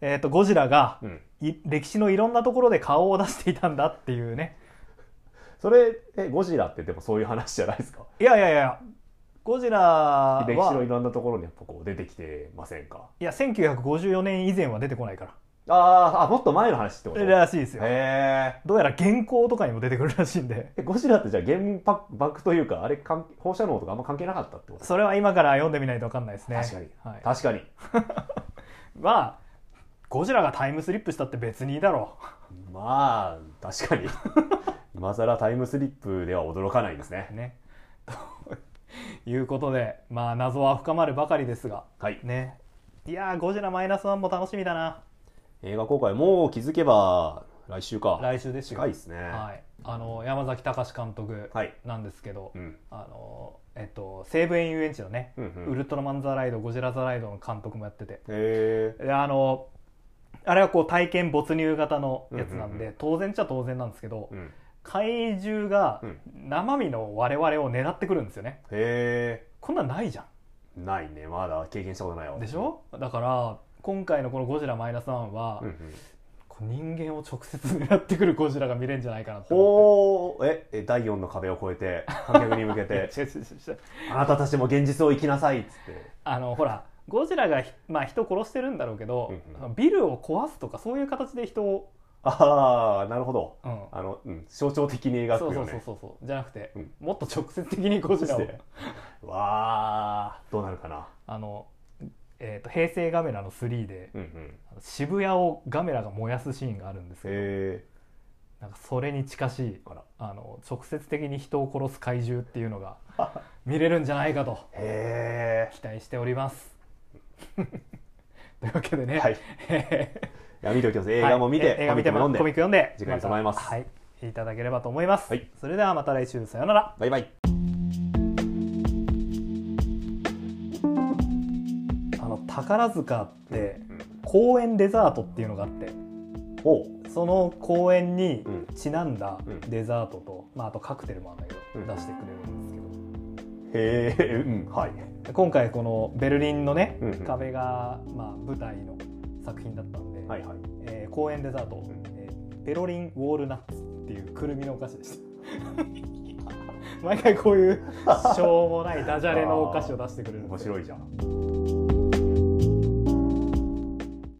[SPEAKER 2] えー、とゴジラが、
[SPEAKER 1] う。うん。
[SPEAKER 2] い歴史のいろんなところで顔を出していたんだっていうね
[SPEAKER 1] それえゴジラってでもそういう話じゃないですか？
[SPEAKER 2] いやいやいやゴジラは
[SPEAKER 1] 歴史のいろんなところにやっぱこう出てきてませんか？
[SPEAKER 2] いや1954年以前は出てこないか
[SPEAKER 1] あーあ、もっと前の話ってこと？
[SPEAKER 2] ら
[SPEAKER 1] へ
[SPEAKER 2] らしいですよ
[SPEAKER 1] え。
[SPEAKER 2] どうやら原稿とかにも出てくるらしいんで
[SPEAKER 1] えゴジラってじゃあ原爆というかあれ関放射能とかあんま関係なかったってこと？
[SPEAKER 2] それは今から読んでみないと分かんないですね
[SPEAKER 1] 確かに、
[SPEAKER 2] はい、
[SPEAKER 1] 確かに
[SPEAKER 2] まあゴジラがタイムスリップしたって別にいいだろ
[SPEAKER 1] まあ確かに 今更タイムスリップでは驚かないですね
[SPEAKER 2] う ねということでまあ謎は深まるばかりですが
[SPEAKER 1] はい
[SPEAKER 2] ねいやーゴジラマイナスワンも楽しみだな
[SPEAKER 1] 映画公開もう気づけば来週か
[SPEAKER 2] 来週ですよ
[SPEAKER 1] 近いですね
[SPEAKER 2] はい、あの山崎隆監督
[SPEAKER 1] はい
[SPEAKER 2] なんですけど、
[SPEAKER 1] うん
[SPEAKER 2] あのえっと、西武園遊園地のね、
[SPEAKER 1] うんうん
[SPEAKER 2] ウルトラマン・ザ・ライドゴジラ・ザ・ライドの監督もやってて
[SPEAKER 1] へえ
[SPEAKER 2] であのあれはこう体験没入型のやつなんで、
[SPEAKER 1] うんうんう
[SPEAKER 2] 当然っちゃ当然なんですけど、
[SPEAKER 1] うん
[SPEAKER 2] 怪獣が
[SPEAKER 1] うん
[SPEAKER 2] 生身の我々を狙ってくるんですよね
[SPEAKER 1] へ
[SPEAKER 2] こんなんないじゃ
[SPEAKER 1] えないねまだ経験したことないわ
[SPEAKER 2] んでしょだから今回のこの「ゴジラマイナスワンは、
[SPEAKER 1] うんうん
[SPEAKER 2] こう人間を直接狙ってくるゴジラが見れるんじゃないかなって思っ
[SPEAKER 1] ほうええ第4の壁を越えて観客に向け
[SPEAKER 2] ていや
[SPEAKER 1] て
[SPEAKER 2] 違う違う違う違う
[SPEAKER 1] あなたたちも現実を生きなさいっつって
[SPEAKER 2] あのほらゴジラがひ、まあ、人殺してるんだろうけど、
[SPEAKER 1] うんう
[SPEAKER 2] ビルを壊すとかそういう形で人を、
[SPEAKER 1] ああなるほど
[SPEAKER 2] うん
[SPEAKER 1] あの、うん、象徴的に描
[SPEAKER 2] そう
[SPEAKER 1] く
[SPEAKER 2] そ
[SPEAKER 1] よ
[SPEAKER 2] うそう
[SPEAKER 1] ね
[SPEAKER 2] そうそうじゃなくて、
[SPEAKER 1] うん
[SPEAKER 2] もっと直接的にゴジラを
[SPEAKER 1] そしてわあどうなるかな
[SPEAKER 2] あの、えー、と平成ガメラの3で
[SPEAKER 1] うんうん
[SPEAKER 2] 渋谷をガメラが燃やすシーンがあるんですけど
[SPEAKER 1] へ
[SPEAKER 2] なんかそれに近しい
[SPEAKER 1] あら
[SPEAKER 2] あの直接的に人を殺す怪獣っていうの が見れるんじゃないかと
[SPEAKER 1] へ
[SPEAKER 2] 期待しております。 というわけでね、
[SPEAKER 1] え。はい。いや、見ておきます。映画も見て、
[SPEAKER 2] はいえ映画見て
[SPEAKER 1] コミックも読んで
[SPEAKER 2] コミック読んで
[SPEAKER 1] 時間に備えます
[SPEAKER 2] たはい、いただければと思います、
[SPEAKER 1] はい
[SPEAKER 2] それではまた来週さようなら
[SPEAKER 1] バイバイ。
[SPEAKER 2] あの宝塚って
[SPEAKER 1] うん
[SPEAKER 2] 公園デザートっていうのがあって
[SPEAKER 1] おう。
[SPEAKER 2] その公園に
[SPEAKER 1] うん
[SPEAKER 2] ちなんだ
[SPEAKER 1] うん
[SPEAKER 2] デザートと、まあ、あとカクテルもあるんだけど、
[SPEAKER 1] うん
[SPEAKER 2] 出してくれるんですけど
[SPEAKER 1] へえ。うん。はい。
[SPEAKER 2] で今回このベルリンのね、
[SPEAKER 1] うんうん
[SPEAKER 2] 壁が、まあ、舞台の作品だったんで、
[SPEAKER 1] はいはい。
[SPEAKER 2] えー公園デザート、
[SPEAKER 1] ん
[SPEAKER 2] えーペロリンウォールナッツっていうくるみのお菓子でした 毎回こういうしょうもないダジャレのお菓子を出してくれるんで
[SPEAKER 1] 面白いじゃん。